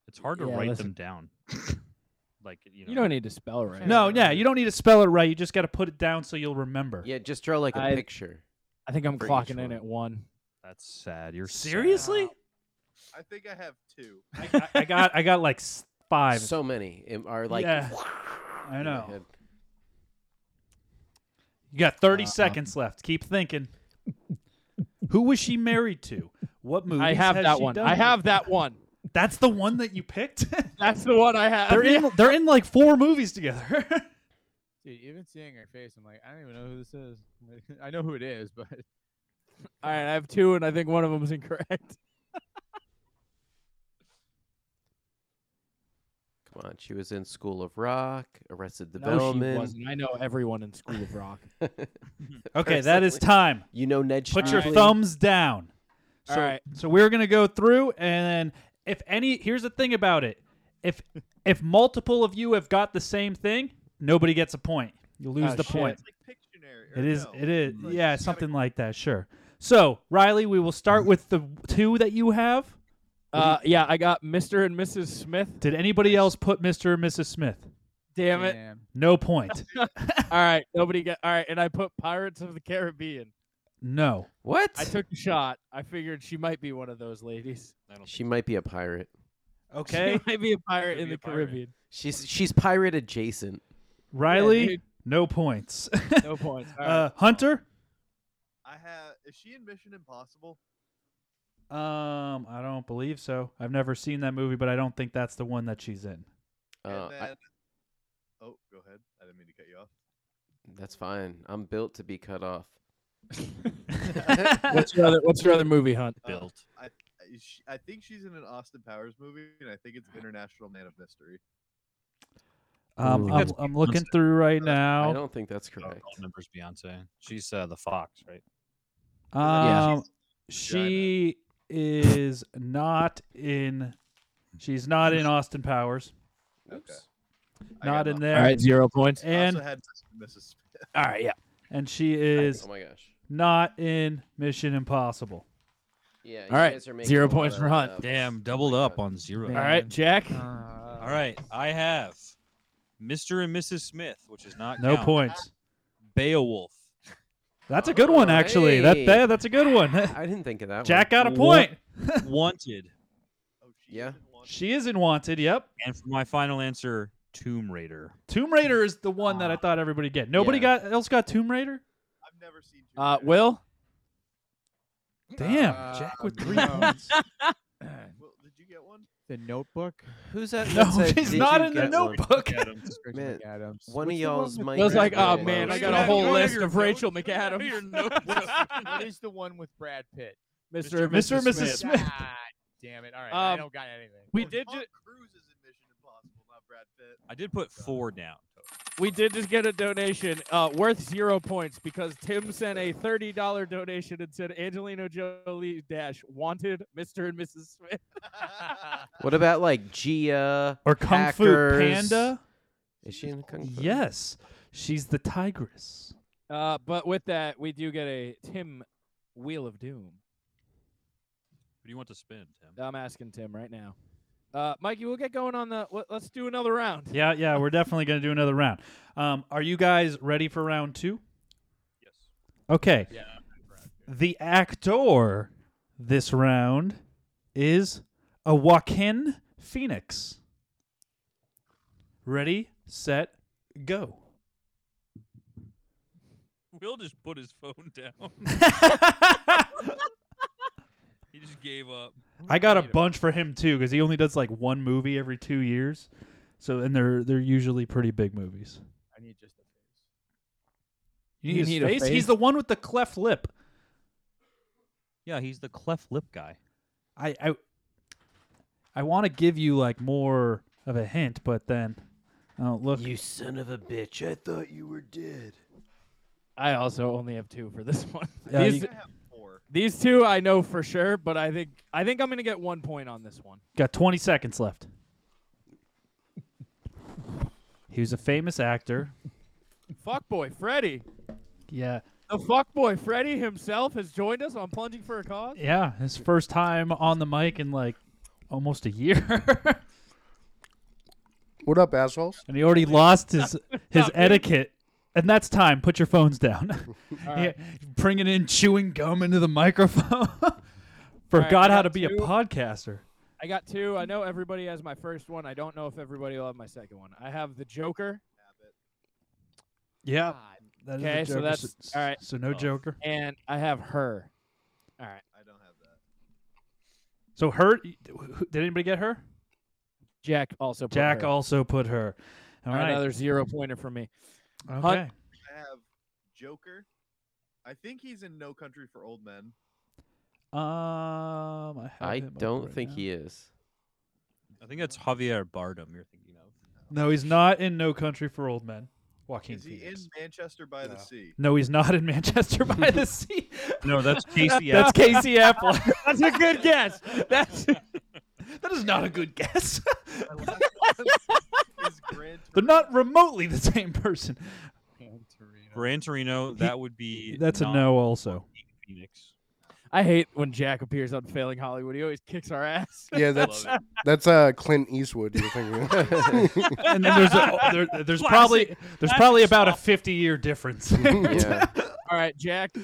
Speaker 5: It's hard to
Speaker 7: Yeah,
Speaker 5: write
Speaker 7: listen.
Speaker 5: them down. like you know.
Speaker 7: You don't need to spell right.
Speaker 1: No, yeah, you don't need to spell it right. You just got to put it down so you'll remember.
Speaker 3: Yeah, just draw like a
Speaker 7: I-
Speaker 3: picture.
Speaker 7: I think I'm
Speaker 3: For each
Speaker 7: clocking in
Speaker 3: one.
Speaker 7: at one.
Speaker 5: That's sad. You're sad.
Speaker 1: Seriously?
Speaker 2: I think I have two.
Speaker 1: I, I- I got I got like s- five.
Speaker 3: So many im- are like.
Speaker 1: Yeah.
Speaker 3: in
Speaker 1: I
Speaker 3: your
Speaker 1: know.
Speaker 3: head.
Speaker 1: You got 30
Speaker 7: Uh-huh.
Speaker 1: seconds left. Keep thinking. Who was she married to? What movies
Speaker 7: I have
Speaker 1: has
Speaker 7: that
Speaker 1: she
Speaker 7: one.
Speaker 1: done?
Speaker 7: I have that one.
Speaker 1: That's the one that you picked.
Speaker 7: That's the one I have.
Speaker 1: they're in they're in like four movies together.
Speaker 6: Dude, even seeing her face, I'm like, I don't even know who this is. I know who it is, but
Speaker 7: All right, I have two, and I think one of them is incorrect.
Speaker 3: Come on, she was in School of Rock, Arrested
Speaker 7: No, she
Speaker 3: Development.
Speaker 7: wasn't. I know everyone in School of Rock.
Speaker 1: okay, that is
Speaker 3: Personally.
Speaker 1: time.
Speaker 3: you know Ned.
Speaker 1: Put your
Speaker 3: Schneidley?
Speaker 1: thumbs down. So,
Speaker 7: All right.
Speaker 1: so we're gonna go through, and if any, here's the thing about it: if if multiple of you have got the same thing, nobody gets a point. You lose
Speaker 7: Oh,
Speaker 1: the
Speaker 7: shit.
Speaker 1: point.
Speaker 2: It's like Pictionary. or
Speaker 1: It is.
Speaker 2: no,
Speaker 1: It is.
Speaker 2: it's like
Speaker 1: yeah,
Speaker 2: you gotta
Speaker 1: something like that. Sure. So Riley, we will start with the two that you have.
Speaker 7: Uh, yeah, I got Mr. and Mrs. Smith.
Speaker 1: Did anybody else put Mr. and Mrs. Smith?
Speaker 7: Damn it!
Speaker 6: damn.
Speaker 1: No point.
Speaker 7: All right, nobody got. All right, and I put Pirates of the Caribbean.
Speaker 1: No.
Speaker 3: What?
Speaker 7: I took a shot. I figured she might be one of those ladies.
Speaker 5: I don't
Speaker 3: she might be a pirate.
Speaker 1: Okay.
Speaker 7: She might be a pirate
Speaker 5: Could be
Speaker 7: in the
Speaker 5: a pirate.
Speaker 7: Caribbean.
Speaker 3: She's she's pirate adjacent.
Speaker 1: Riley,
Speaker 7: dude.
Speaker 1: No points.
Speaker 4: No points. All right.
Speaker 1: uh, Hunter?
Speaker 2: I have. Is she in Mission Impossible?
Speaker 1: Um, I don't believe so. I've never seen that movie, but I don't think that's the one that she's in.
Speaker 3: Uh,
Speaker 2: and
Speaker 3: I-
Speaker 2: then, oh, go ahead. I didn't mean to cut you off.
Speaker 3: that's fine. I'm built to be cut off.
Speaker 7: what's your other What's your other movie, Hunt?
Speaker 2: Uh,
Speaker 5: Built.
Speaker 3: Oh,
Speaker 2: is she- I think she's in an Austin Powers movie, and I think it's International Man of Mystery.
Speaker 1: Um,
Speaker 3: Ooh.
Speaker 1: I'm, I'm looking through right
Speaker 3: I
Speaker 1: now.
Speaker 3: don't think that's
Speaker 5: Oh,
Speaker 3: correct.
Speaker 5: all members Beyonce. She's uh, the fox, right?
Speaker 3: Yeah.
Speaker 1: Um, she is not in. She's not in Austin Powers.
Speaker 2: Okay. I got
Speaker 1: Not in
Speaker 2: nothing.
Speaker 1: there.
Speaker 7: All right, zero points.
Speaker 2: I
Speaker 1: And
Speaker 2: also had Mrs. Smith.
Speaker 7: All right, yeah.
Speaker 1: and she
Speaker 3: I-
Speaker 1: is
Speaker 3: Oh my gosh.
Speaker 1: not in Mission Impossible.
Speaker 3: Yeah. you
Speaker 7: All right,
Speaker 3: guys are making
Speaker 7: zero
Speaker 3: a lot
Speaker 7: points
Speaker 3: of
Speaker 7: for Hunt.
Speaker 3: that up.
Speaker 5: Damn,
Speaker 3: Oh
Speaker 5: doubled
Speaker 3: my
Speaker 5: up
Speaker 3: God.
Speaker 5: on zero.
Speaker 7: All right, Jack.
Speaker 5: All right, I have Mr. and Mrs. Smith, which is not
Speaker 1: No
Speaker 5: count.
Speaker 1: points.
Speaker 5: Beowulf.
Speaker 1: That's a good one, actually. That,
Speaker 3: Alright.
Speaker 1: that that's a good one.
Speaker 3: I didn't think of that.
Speaker 1: Jack got a
Speaker 5: What?
Speaker 1: point.
Speaker 5: Wanted.
Speaker 2: Oh, she is
Speaker 3: Yeah.
Speaker 2: in one.
Speaker 1: She is in Wanted. Yep.
Speaker 5: And for my final answer, Tomb Raider.
Speaker 1: Tomb Raider is the one that I thought everybody get. Nobody
Speaker 3: Ah. Yeah.
Speaker 1: got else got Tomb Raider.
Speaker 2: I've never seen. Tomb
Speaker 7: Uh,
Speaker 2: Raider.
Speaker 7: Will.
Speaker 1: Damn, Jack with three
Speaker 6: Uh, oh, no.
Speaker 1: points.
Speaker 2: Will, did you get one?
Speaker 6: The Notebook.
Speaker 3: Who's that?
Speaker 1: No,
Speaker 3: that said,
Speaker 1: she's
Speaker 3: "Did
Speaker 1: not
Speaker 3: you
Speaker 1: in the
Speaker 3: get one?"
Speaker 1: notebook.
Speaker 3: Man,
Speaker 6: Adams.
Speaker 3: One of y'all's
Speaker 7: I
Speaker 3: might.
Speaker 7: was
Speaker 3: not
Speaker 7: like,
Speaker 3: be
Speaker 7: oh
Speaker 3: able
Speaker 7: man,
Speaker 3: to
Speaker 7: I
Speaker 3: answer
Speaker 7: got a
Speaker 3: that.
Speaker 7: whole
Speaker 5: Go
Speaker 7: list
Speaker 5: to
Speaker 7: of
Speaker 5: your
Speaker 7: Rachel
Speaker 5: notes. Go to your
Speaker 7: McAdams.
Speaker 5: notes.
Speaker 6: what is the one with Brad Pitt?
Speaker 7: Mr. and
Speaker 1: Mr.
Speaker 7: Mrs.
Speaker 1: and Mrs.
Speaker 7: Smith.
Speaker 1: Smith.
Speaker 6: God damn it! All right, I
Speaker 7: Um,
Speaker 6: don't got anything.
Speaker 7: We
Speaker 2: Oh,
Speaker 7: did
Speaker 2: Tom
Speaker 7: ju-
Speaker 2: Cruise is in Mission Impossible, not Brad Pitt.
Speaker 5: I did put four down.
Speaker 7: We did just get a donation uh, worth zero points because Tim sent a thirty dollar donation and said Angelina Jolie dash wanted Mr. and Mrs. Smith.
Speaker 3: What about like Gia?
Speaker 1: Or Kung Fu
Speaker 3: Hackers.
Speaker 1: Panda.
Speaker 3: Is she in Kung Fu?
Speaker 1: Yes, she's the tigress.
Speaker 7: Uh, but with that, we do get a Tim Wheel of Doom.
Speaker 5: Who do you want to spin, Tim?
Speaker 7: I'm asking Tim right now. Uh, Mikey, we'll get going on the. let- Let's do another round.
Speaker 1: Yeah, yeah, we're definitely gonna do another round. Um, are you guys ready for round two?
Speaker 5: Yes.
Speaker 1: Okay. The actor this round is a Joaquin Phoenix. Ready, set, go.
Speaker 5: Will just put his phone down. he just gave up.
Speaker 1: I got a bunch for him too because he only does like one movie every two years, so and they're they're usually pretty big movies.
Speaker 6: I need just a
Speaker 1: You
Speaker 7: You
Speaker 1: need, his
Speaker 7: need a
Speaker 1: face?
Speaker 7: face?
Speaker 1: He's the one with the cleft lip.
Speaker 5: Yeah, he's the cleft lip guy.
Speaker 1: I I, I want to give you like more of a hint, but then oh look,
Speaker 3: You son of a bitch! I thought you were dead.
Speaker 7: I also only have two for this one.
Speaker 1: Yeah,
Speaker 7: these,
Speaker 1: you-
Speaker 2: I have four.
Speaker 7: these two I know for sure, but I think I think I'm gonna get one point on this one.
Speaker 1: got 20 seconds left. He was a famous actor.
Speaker 7: Fuckboy Freddy.
Speaker 1: Yeah,
Speaker 7: The fuckboy Freddy himself has joined us on Plunging for a Cause.
Speaker 1: yeah, his first time on the mic in like almost a year.
Speaker 8: What up, assholes?
Speaker 1: and he already lost his his
Speaker 7: dude.
Speaker 1: etiquette. And that's time. Put your phones down.
Speaker 7: right.
Speaker 1: Yeah, bringing in chewing gum into the microphone. Forgot
Speaker 7: we
Speaker 1: how
Speaker 7: got
Speaker 1: to be
Speaker 7: two.
Speaker 1: a podcaster.
Speaker 7: I got two. I know everybody has my first one. I don't know if everybody will have my second one. I have the Joker
Speaker 1: Yeah. That is a
Speaker 7: Okay, so
Speaker 1: Joker.
Speaker 7: that's- all right.
Speaker 1: So
Speaker 8: Oh.
Speaker 1: no Joker.
Speaker 7: and I have her. All right,
Speaker 2: I don't have that.
Speaker 1: So her. Did anybody get her?
Speaker 7: Jack also. Put
Speaker 1: Jack
Speaker 7: her.
Speaker 1: also put her. All right.
Speaker 7: another zero pointer for me.
Speaker 1: okay.
Speaker 7: Hunt-
Speaker 2: I have Joker. I think he's in No Country for Old Men.
Speaker 1: Um. I, have
Speaker 3: I
Speaker 1: him up
Speaker 3: don't
Speaker 1: right
Speaker 3: think
Speaker 1: now.
Speaker 3: he is.
Speaker 5: I think that's Javier Bardem you're thinking of.
Speaker 1: No, he's not in No Country for Old Men. Joaquin
Speaker 2: Is he in
Speaker 1: Phoenix.
Speaker 2: Manchester by the Sea?
Speaker 1: No, he's not in Manchester by the Sea.
Speaker 5: No, that's Casey.
Speaker 1: That's Casey Affleck.
Speaker 7: That's a good guess. That's
Speaker 1: That is not a good guess.
Speaker 2: My last one is Gran
Speaker 1: They're not remotely the same person.
Speaker 5: Gran Torino. That would be.
Speaker 1: That's a
Speaker 5: not
Speaker 1: no, also.
Speaker 5: Phoenix.
Speaker 7: I hate when Jack appears on Failing Hollywood. He always kicks our ass.
Speaker 8: Yeah, that's that's uh Clint Eastwood. You're thinking?
Speaker 1: And then there's a, oh, there, there's
Speaker 5: Classic-
Speaker 1: probably there's
Speaker 5: classic
Speaker 1: probably about a 50 year difference.
Speaker 3: Yeah.
Speaker 7: All right, Jack.
Speaker 5: All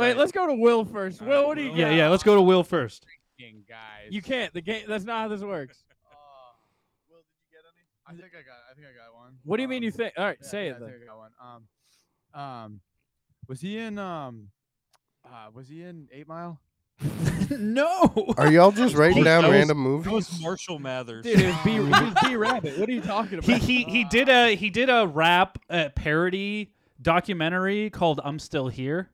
Speaker 7: Wait,
Speaker 5: right.
Speaker 7: let's go to Will first.
Speaker 5: All
Speaker 7: Will,
Speaker 5: right,
Speaker 7: what do you
Speaker 5: Will.
Speaker 7: got?
Speaker 1: yeah, yeah. Let's go to Will first.
Speaker 6: guys.
Speaker 7: You can't. The game. That's not how this works.
Speaker 6: Oh,
Speaker 2: Will, did you get any?
Speaker 6: I think I got. I think I got one.
Speaker 7: What do you mean you
Speaker 6: Um,
Speaker 7: think? All right,
Speaker 6: yeah,
Speaker 7: say
Speaker 6: yeah,
Speaker 7: it.
Speaker 6: I
Speaker 7: Then.
Speaker 6: think I got one. Um, um, was he in? Um, uh, was he in Eight Mile?
Speaker 1: no.
Speaker 8: Are y'all just writing
Speaker 5: Oh,
Speaker 8: down
Speaker 5: that was-
Speaker 8: random
Speaker 5: That
Speaker 8: movies?
Speaker 5: was Marshall Mathers.
Speaker 7: Dude, it was B, it
Speaker 6: Um,
Speaker 7: was B Rabbit. What are you talking
Speaker 1: He
Speaker 7: about?
Speaker 1: he he did a he did a rap uh, parody documentary called "I'm Still Here,"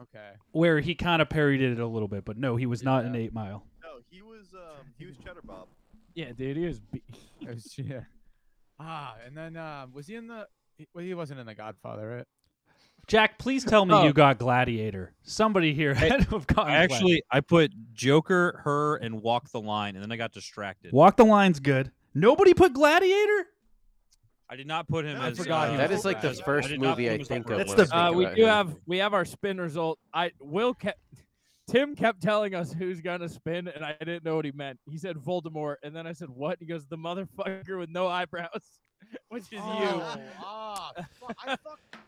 Speaker 6: Okay.
Speaker 1: where he kind of parodied it a little bit, but no, he was not in Eight Mile.
Speaker 2: No, he was um, he was Cheddar Bob.
Speaker 7: yeah, dude, he was. B-
Speaker 6: It was- yeah. Ah, and then uh, was he in the? he- Well, he wasn't in The Godfather, right?
Speaker 1: Jack, please tell me
Speaker 7: Oh.
Speaker 1: you got Gladiator. Somebody here had to have gotten
Speaker 5: I actually I put Joker, her, and Walk the Line, and then I got distracted.
Speaker 1: Gladiator. Walk the Line's good. Nobody put Gladiator.
Speaker 5: I did not put him
Speaker 2: I
Speaker 5: as.
Speaker 2: forgot
Speaker 5: uh,
Speaker 2: he
Speaker 3: that
Speaker 2: was
Speaker 3: is like the
Speaker 2: Brad.
Speaker 3: first
Speaker 5: I did not
Speaker 3: movie
Speaker 5: think
Speaker 3: I
Speaker 5: it was like
Speaker 3: think of. when
Speaker 5: Brad.
Speaker 1: That's
Speaker 3: I
Speaker 1: the-
Speaker 3: think
Speaker 7: Uh, we
Speaker 3: about
Speaker 7: do
Speaker 3: him.
Speaker 7: have we have our spin result. I Will kept Tim kept telling us who's gonna spin, and I didn't know what he meant. He said Voldemort, and then I said what? He goes the motherfucker with no eyebrows, which is you.
Speaker 6: Oh,
Speaker 2: Oh,
Speaker 6: Ah, fuck, I fuck-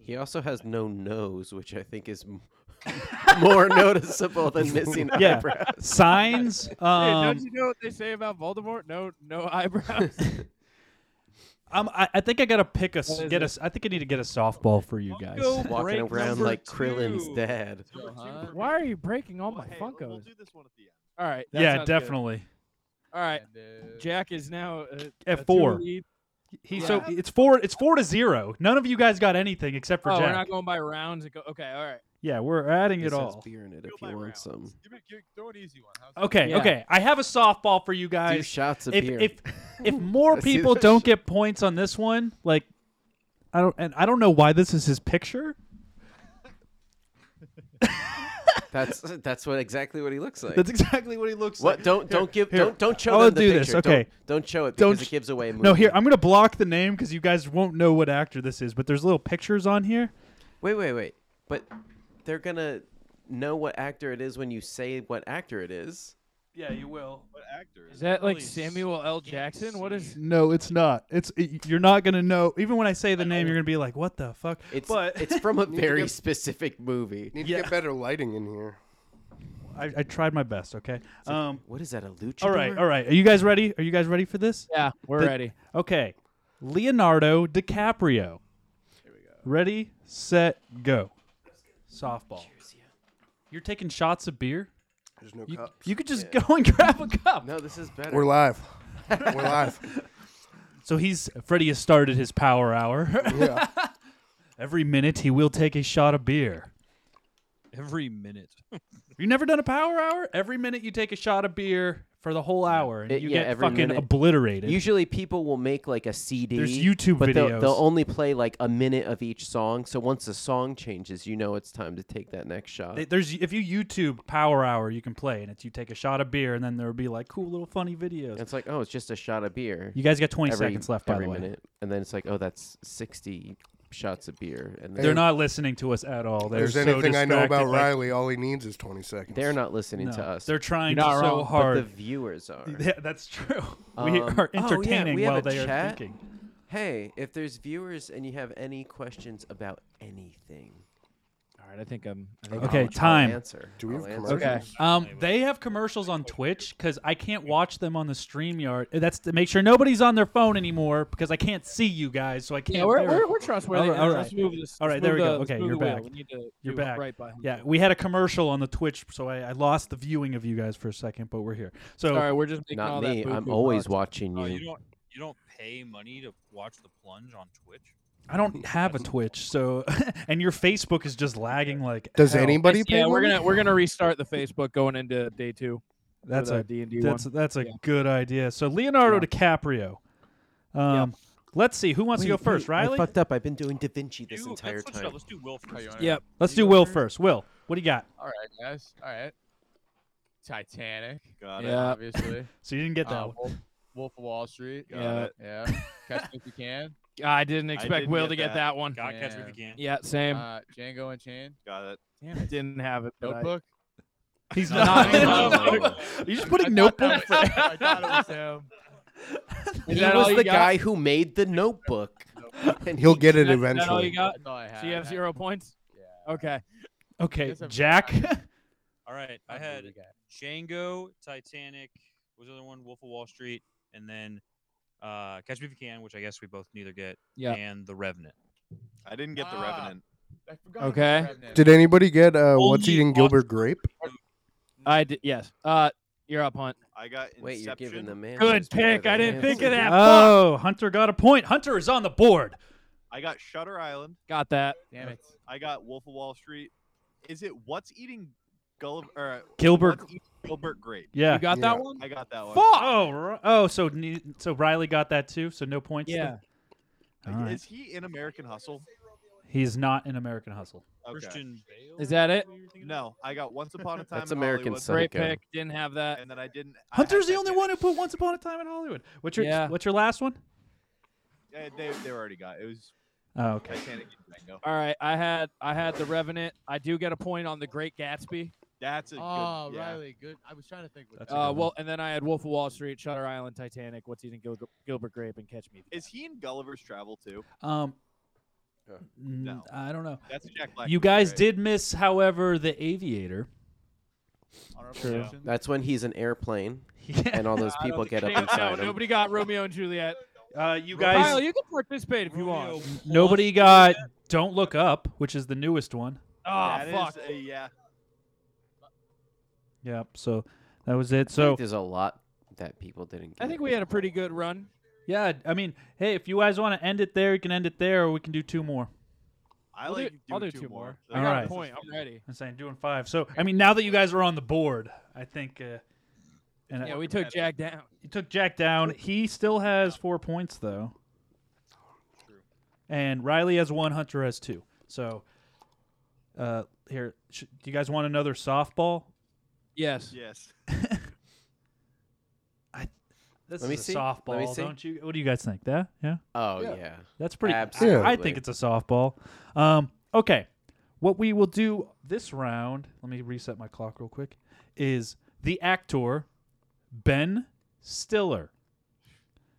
Speaker 3: He also has no nose, which I think is m- more noticeable than missing
Speaker 1: Yeah.
Speaker 3: eyebrows.
Speaker 1: Signs.
Speaker 7: Hey,
Speaker 1: Um,
Speaker 7: don't you know what they say about Voldemort? No, no eyebrows.
Speaker 1: I'm, I, I think I gotta pick a s-
Speaker 7: What is
Speaker 1: get a.
Speaker 7: it?
Speaker 1: s- I think I need to get a softball for you guys.
Speaker 5: Funko
Speaker 3: Walking
Speaker 5: Break
Speaker 3: around
Speaker 5: number
Speaker 3: like Krillin's
Speaker 5: two.
Speaker 3: dad.
Speaker 2: Number two
Speaker 6: Uh-huh.
Speaker 2: for
Speaker 7: Why
Speaker 2: me.
Speaker 7: are you breaking
Speaker 1: Oh
Speaker 7: all my
Speaker 2: Well, hey, we'll- We'll
Speaker 7: Funkos?
Speaker 2: do this one at the end.
Speaker 7: All right. that
Speaker 1: yeah,
Speaker 7: sounds good.
Speaker 1: definitely.
Speaker 7: All right.
Speaker 6: and, uh,
Speaker 7: Jack is now uh, a
Speaker 1: At
Speaker 7: two
Speaker 1: four.
Speaker 7: lead.
Speaker 1: He so it's four. It's four to zero. None of you guys got anything except for
Speaker 7: Oh, we're
Speaker 1: Jack.
Speaker 7: not going by rounds. and go- Okay, all right.
Speaker 1: yeah, we're adding
Speaker 3: This
Speaker 1: it
Speaker 3: has
Speaker 1: all.
Speaker 3: beer in it if
Speaker 6: Go
Speaker 3: you
Speaker 6: by
Speaker 3: want
Speaker 6: rounds.
Speaker 3: some.
Speaker 6: Give me, give, throw an easy one. How's that?
Speaker 1: Okay,
Speaker 7: Yeah.
Speaker 1: okay. I have a softball for you
Speaker 3: Two
Speaker 1: guys.
Speaker 3: shots of
Speaker 1: If
Speaker 3: beer.
Speaker 1: if if more
Speaker 3: Let's see
Speaker 1: people
Speaker 3: this
Speaker 1: don't
Speaker 3: shit.
Speaker 1: get points on this one, like I don't, and I don't know why this is his picture.
Speaker 3: that's that's what exactly what he looks like.
Speaker 1: That's exactly what he looks
Speaker 3: what?
Speaker 1: like.
Speaker 3: Don't don't give
Speaker 1: here.
Speaker 3: don't don't show
Speaker 1: I'll
Speaker 3: them the
Speaker 1: do this,
Speaker 3: picture.
Speaker 1: okay.
Speaker 3: Don't, don't show it
Speaker 1: Don't
Speaker 3: because
Speaker 1: sh-
Speaker 3: it gives away. A movie.
Speaker 1: No, here I'm gonna block the name because you guys won't know what actor this is. But there's little pictures on here.
Speaker 3: Wait wait wait. But they're gonna know what actor it is when you say what actor it is.
Speaker 1: Yeah, you will.
Speaker 2: What actor
Speaker 7: Is
Speaker 2: is
Speaker 7: that
Speaker 5: Holy
Speaker 7: like Samuel L. Jackson? What is?
Speaker 1: No, it's not. It's it, you're not gonna know. Even when I say the name, you're gonna be like, "What the fuck?"
Speaker 3: It's
Speaker 1: but
Speaker 3: it's from a
Speaker 8: to
Speaker 3: very
Speaker 8: get-
Speaker 3: specific movie.
Speaker 8: Need to get better lighting in here.
Speaker 1: I, I tried my best. Okay. Um.
Speaker 3: What is that? A luchador?
Speaker 1: All right. All right. Are you guys ready? Are you guys ready for this?
Speaker 7: Yeah, we're
Speaker 1: The-
Speaker 7: ready.
Speaker 1: Okay. Leonardo DiCaprio. Ready, set, go. Softball. You're taking shots of beer.
Speaker 8: There's no
Speaker 1: You,
Speaker 8: cups.
Speaker 1: you could just go and grab a cup.
Speaker 3: No, this is better.
Speaker 8: We're live. We're live.
Speaker 1: So he's Freddie has started his power hour.
Speaker 8: Yeah.
Speaker 1: Every minute he will take a shot of beer.
Speaker 5: every minute.
Speaker 1: You never done a power hour? Every minute you take a shot of beer for the whole hour, and
Speaker 3: It-
Speaker 1: you
Speaker 3: yeah,
Speaker 1: get
Speaker 3: every
Speaker 1: fucking
Speaker 3: minute.
Speaker 1: obliterated.
Speaker 3: Usually people will make like a CD.
Speaker 1: There's YouTube
Speaker 3: but They'll,
Speaker 1: videos.
Speaker 3: they'll only play like a minute of each song. So once the song changes, you know it's time to take that next shot.
Speaker 1: They- There's if you YouTube Power Hour, you can play, and it's you take a shot of beer, and then there'll be like cool little funny videos.
Speaker 3: it's like, oh, it's just a shot of beer.
Speaker 1: You guys got 20
Speaker 3: every,
Speaker 1: seconds left, by
Speaker 3: every
Speaker 1: the way.
Speaker 3: minute. And then it's like, oh, that's 60 shots of beer. And
Speaker 1: They're not listening to us at all. They're
Speaker 8: If there's
Speaker 1: so
Speaker 8: anything I know
Speaker 1: distracted,
Speaker 8: about
Speaker 1: like,
Speaker 8: Riley, all he needs is 20 seconds.
Speaker 3: They're not listening
Speaker 1: no,
Speaker 3: to us.
Speaker 1: They're trying
Speaker 7: You're
Speaker 1: so
Speaker 7: not wrong,
Speaker 3: but
Speaker 1: hard.
Speaker 3: the viewers are.
Speaker 1: yeah, that's true. we
Speaker 3: Um,
Speaker 1: are
Speaker 3: oh, yeah,
Speaker 1: entertaining
Speaker 3: we have
Speaker 1: while
Speaker 3: a
Speaker 1: they are
Speaker 3: chat.
Speaker 1: thinking.
Speaker 3: Hey, if there's viewers and you have any questions about anything,
Speaker 7: All right, I think I'm. I think
Speaker 3: I'll-
Speaker 7: I'm-
Speaker 1: Okay,
Speaker 3: I'll
Speaker 1: time.
Speaker 3: answer.
Speaker 8: Do we
Speaker 3: I'll
Speaker 8: have
Speaker 3: answer.
Speaker 8: commercials?
Speaker 1: Um, they have commercials on Twitch because I can't watch them on the StreamYard. That's to make sure nobody's on their phone anymore because I can't see you guys, so I can't.
Speaker 7: Yeah, we're,
Speaker 1: verify.
Speaker 7: we're, we're trustworthy.
Speaker 1: All right, all
Speaker 7: Let's
Speaker 1: right.
Speaker 7: move this-
Speaker 1: All
Speaker 7: let's
Speaker 1: right, there
Speaker 7: move
Speaker 1: we go.
Speaker 7: the- let's
Speaker 1: Okay,
Speaker 7: move
Speaker 1: you're
Speaker 7: the wheel.
Speaker 1: back.
Speaker 7: We need to
Speaker 1: You're
Speaker 7: do
Speaker 1: back.
Speaker 7: Right behind.
Speaker 1: yeah, we had a commercial on the Twitch, so I, I lost the viewing of you guys for a second, but we're here. So
Speaker 7: All right, we're just making all
Speaker 3: Not
Speaker 7: that
Speaker 3: me. I'm
Speaker 7: boo-boo
Speaker 3: always
Speaker 7: talk.
Speaker 3: watching
Speaker 5: Oh,
Speaker 3: you.
Speaker 5: you don't you don't pay money to watch the plunge on Twitch.
Speaker 1: I don't have a Twitch, so and your Facebook is just lagging like.
Speaker 8: Does
Speaker 1: hell.
Speaker 8: anybody pay
Speaker 7: Yeah, we're
Speaker 8: money?
Speaker 7: gonna we're gonna restart the Facebook going into day two.
Speaker 1: That's a
Speaker 7: D and D one.
Speaker 1: That's that's a
Speaker 7: Yeah.
Speaker 1: good idea. So Leonardo DiCaprio. Um, let's see who wants to go first. Riley,
Speaker 3: I fucked up. I've been doing Da Vinci this
Speaker 5: Do- let's
Speaker 3: entire
Speaker 5: switch it up.
Speaker 3: time.
Speaker 5: Let's do Will
Speaker 6: Oh,
Speaker 5: first.
Speaker 6: you wanna-
Speaker 7: Yep.
Speaker 1: let's
Speaker 6: you
Speaker 1: do
Speaker 6: go
Speaker 1: Will
Speaker 6: first?
Speaker 1: first. Will, what do you got?
Speaker 6: All right, guys. All right. Titanic.
Speaker 2: Got
Speaker 7: Yeah.
Speaker 2: it.
Speaker 6: Obviously.
Speaker 1: So you didn't get that
Speaker 6: Uh,
Speaker 1: one.
Speaker 6: Wolf, Wolf of Wall Street.
Speaker 2: Got
Speaker 7: Yeah.
Speaker 2: it.
Speaker 6: Yeah. Catch me if you can.
Speaker 7: I didn't expect
Speaker 2: didn't
Speaker 7: Will
Speaker 2: get
Speaker 7: to get
Speaker 2: that.
Speaker 7: that, one.
Speaker 5: God catch me if
Speaker 6: Yeah.
Speaker 5: you can.
Speaker 7: Yeah, same.
Speaker 6: Uh, Django Unchained.
Speaker 2: Got it.
Speaker 7: Damn, I didn't have it. but I-
Speaker 6: Notebook.
Speaker 1: He's
Speaker 7: No,
Speaker 1: not.
Speaker 7: no,
Speaker 1: in
Speaker 7: no,
Speaker 1: the
Speaker 7: no.
Speaker 1: notebook. You're just putting
Speaker 6: I thought
Speaker 1: notebook.
Speaker 6: that was him. I thought it was him.
Speaker 3: he
Speaker 7: Is that all
Speaker 3: was
Speaker 7: you
Speaker 3: the
Speaker 7: got?
Speaker 3: guy who made the notebook. and
Speaker 8: He'll get
Speaker 7: Is
Speaker 8: it
Speaker 7: that- is that all
Speaker 8: eventually.
Speaker 7: you got?
Speaker 6: That's all I had.
Speaker 7: Uh, So you have
Speaker 6: I-
Speaker 7: zero points.
Speaker 6: Yeah.
Speaker 7: Okay.
Speaker 1: Okay,
Speaker 6: Yes, I've-
Speaker 1: Jack.
Speaker 5: All right, I had Django, Titanic, what was the other one? Wolf of Wall Street, and then uh, Catch Me If You Can, which I guess we both neither get,
Speaker 7: Yeah.
Speaker 5: and The Revenant.
Speaker 2: I didn't get the
Speaker 6: Ah.
Speaker 2: Revenant.
Speaker 6: I forgot about
Speaker 7: Okay.
Speaker 6: Revenant.
Speaker 8: Did anybody get uh, what's
Speaker 5: Only
Speaker 8: eating
Speaker 5: watch-
Speaker 8: Gilbert Grape?
Speaker 7: I did. Yes. Uh, you're up, Hunt.
Speaker 2: I got Inception.
Speaker 3: Wait, you're giving the man.
Speaker 7: Good pick. I didn't think of that.
Speaker 1: Oh, Hunter got a point. Hunter is on the board.
Speaker 2: I got Shutter Island.
Speaker 7: Got that.
Speaker 6: Damn it.
Speaker 2: I got Wolf of Wall Street. Is it What's Eating Gulliver? Or, uh,
Speaker 1: Gilbert.
Speaker 2: What's Eating Gilbert Grape.
Speaker 1: Yeah.
Speaker 7: You got
Speaker 8: Yeah.
Speaker 7: that one?
Speaker 2: I got that one.
Speaker 1: Oh, ri- oh, so ne- so Riley got that too. So no points. then?
Speaker 7: Yeah.
Speaker 1: All right.
Speaker 2: Is he in American Hustle?
Speaker 1: He's not an American Hustle.
Speaker 2: Okay.
Speaker 5: Christian Bale?
Speaker 7: Is that it?
Speaker 2: No, I got Once Upon a Time.
Speaker 3: That's
Speaker 2: in
Speaker 3: American
Speaker 2: Hollywood,
Speaker 3: Psycho.
Speaker 7: Great
Speaker 3: Okay.
Speaker 7: pick. Didn't have that.
Speaker 2: And then I didn't. I
Speaker 1: Hunter's
Speaker 2: had
Speaker 1: the
Speaker 2: that
Speaker 1: only
Speaker 2: down.
Speaker 1: one who put Once Upon a Time in Hollywood. What's your
Speaker 7: Yeah.
Speaker 1: What's your last one?
Speaker 2: Yeah, they, they already got it. It was
Speaker 1: Oh, okay.
Speaker 2: Titanic and Django.
Speaker 7: All right. I had I had the Revenant. I do get a point on the Great Gatsby.
Speaker 2: That's a
Speaker 6: Oh,
Speaker 2: good. Yeah.
Speaker 6: Riley, good. I was trying to think. What
Speaker 1: That's a
Speaker 6: that
Speaker 7: Uh,
Speaker 1: good
Speaker 7: well, and then I had Wolf of Wall Street, Shutter Island, Titanic. What's eating Gil- Gilbert Grape and Catch Me? If You
Speaker 2: Is he in Gulliver's Travel too?
Speaker 1: Um,
Speaker 3: Yeah.
Speaker 1: n-
Speaker 2: No.
Speaker 1: I don't know.
Speaker 2: That's a Jack Black.
Speaker 1: You
Speaker 2: movie,
Speaker 1: guys
Speaker 2: right?
Speaker 1: did miss, however, the Aviator.
Speaker 6: honorable
Speaker 7: True.
Speaker 6: mention.
Speaker 3: That's when he's an airplane
Speaker 1: Yeah.
Speaker 3: and all those
Speaker 7: I don't
Speaker 3: people get up
Speaker 7: Can. No,
Speaker 3: inside him.
Speaker 7: nobody got Romeo and Juliet.
Speaker 1: Uh, you
Speaker 7: Kyle,
Speaker 1: guys,
Speaker 7: you can participate if you want.
Speaker 1: nobody got Don't Look Up, which is the newest one. Ah,
Speaker 7: Oh,
Speaker 2: That is
Speaker 7: fuck.
Speaker 2: a- yeah.
Speaker 1: Yep. So that was it.
Speaker 3: I think
Speaker 1: So
Speaker 3: there's a lot that people didn't. Get.
Speaker 7: I think we had a pretty good run.
Speaker 1: yeah, I mean, hey, if you guys want to end it there, you can end it there, or we can do two more.
Speaker 2: I
Speaker 7: I'll
Speaker 2: like
Speaker 7: do, I'll do
Speaker 2: doing two
Speaker 7: two, more.
Speaker 1: All
Speaker 7: I got
Speaker 1: right.
Speaker 7: a point. I'm ready.
Speaker 1: I'm saying doing five. So I mean, now that you guys are on the board, I think. Uh, and
Speaker 7: Yeah,
Speaker 1: uh,
Speaker 7: we took Jack down.
Speaker 1: you took Jack down. He still has four points though. And Riley has one. Hunter has two. So, uh, here, sh- do you guys want another softball?
Speaker 7: Yes.
Speaker 2: Yes.
Speaker 1: This
Speaker 3: Let me
Speaker 1: is a
Speaker 3: see. Let
Speaker 1: softball,
Speaker 3: me see.
Speaker 1: don't you? What do you guys think? That yeah,
Speaker 3: Oh
Speaker 8: Yeah.
Speaker 3: yeah.
Speaker 1: that's pretty. I-
Speaker 3: Absolutely.
Speaker 1: I, think it's a softball. Um, okay, what we will do this round? Let me reset my clock real quick. Is the actor Ben Stiller?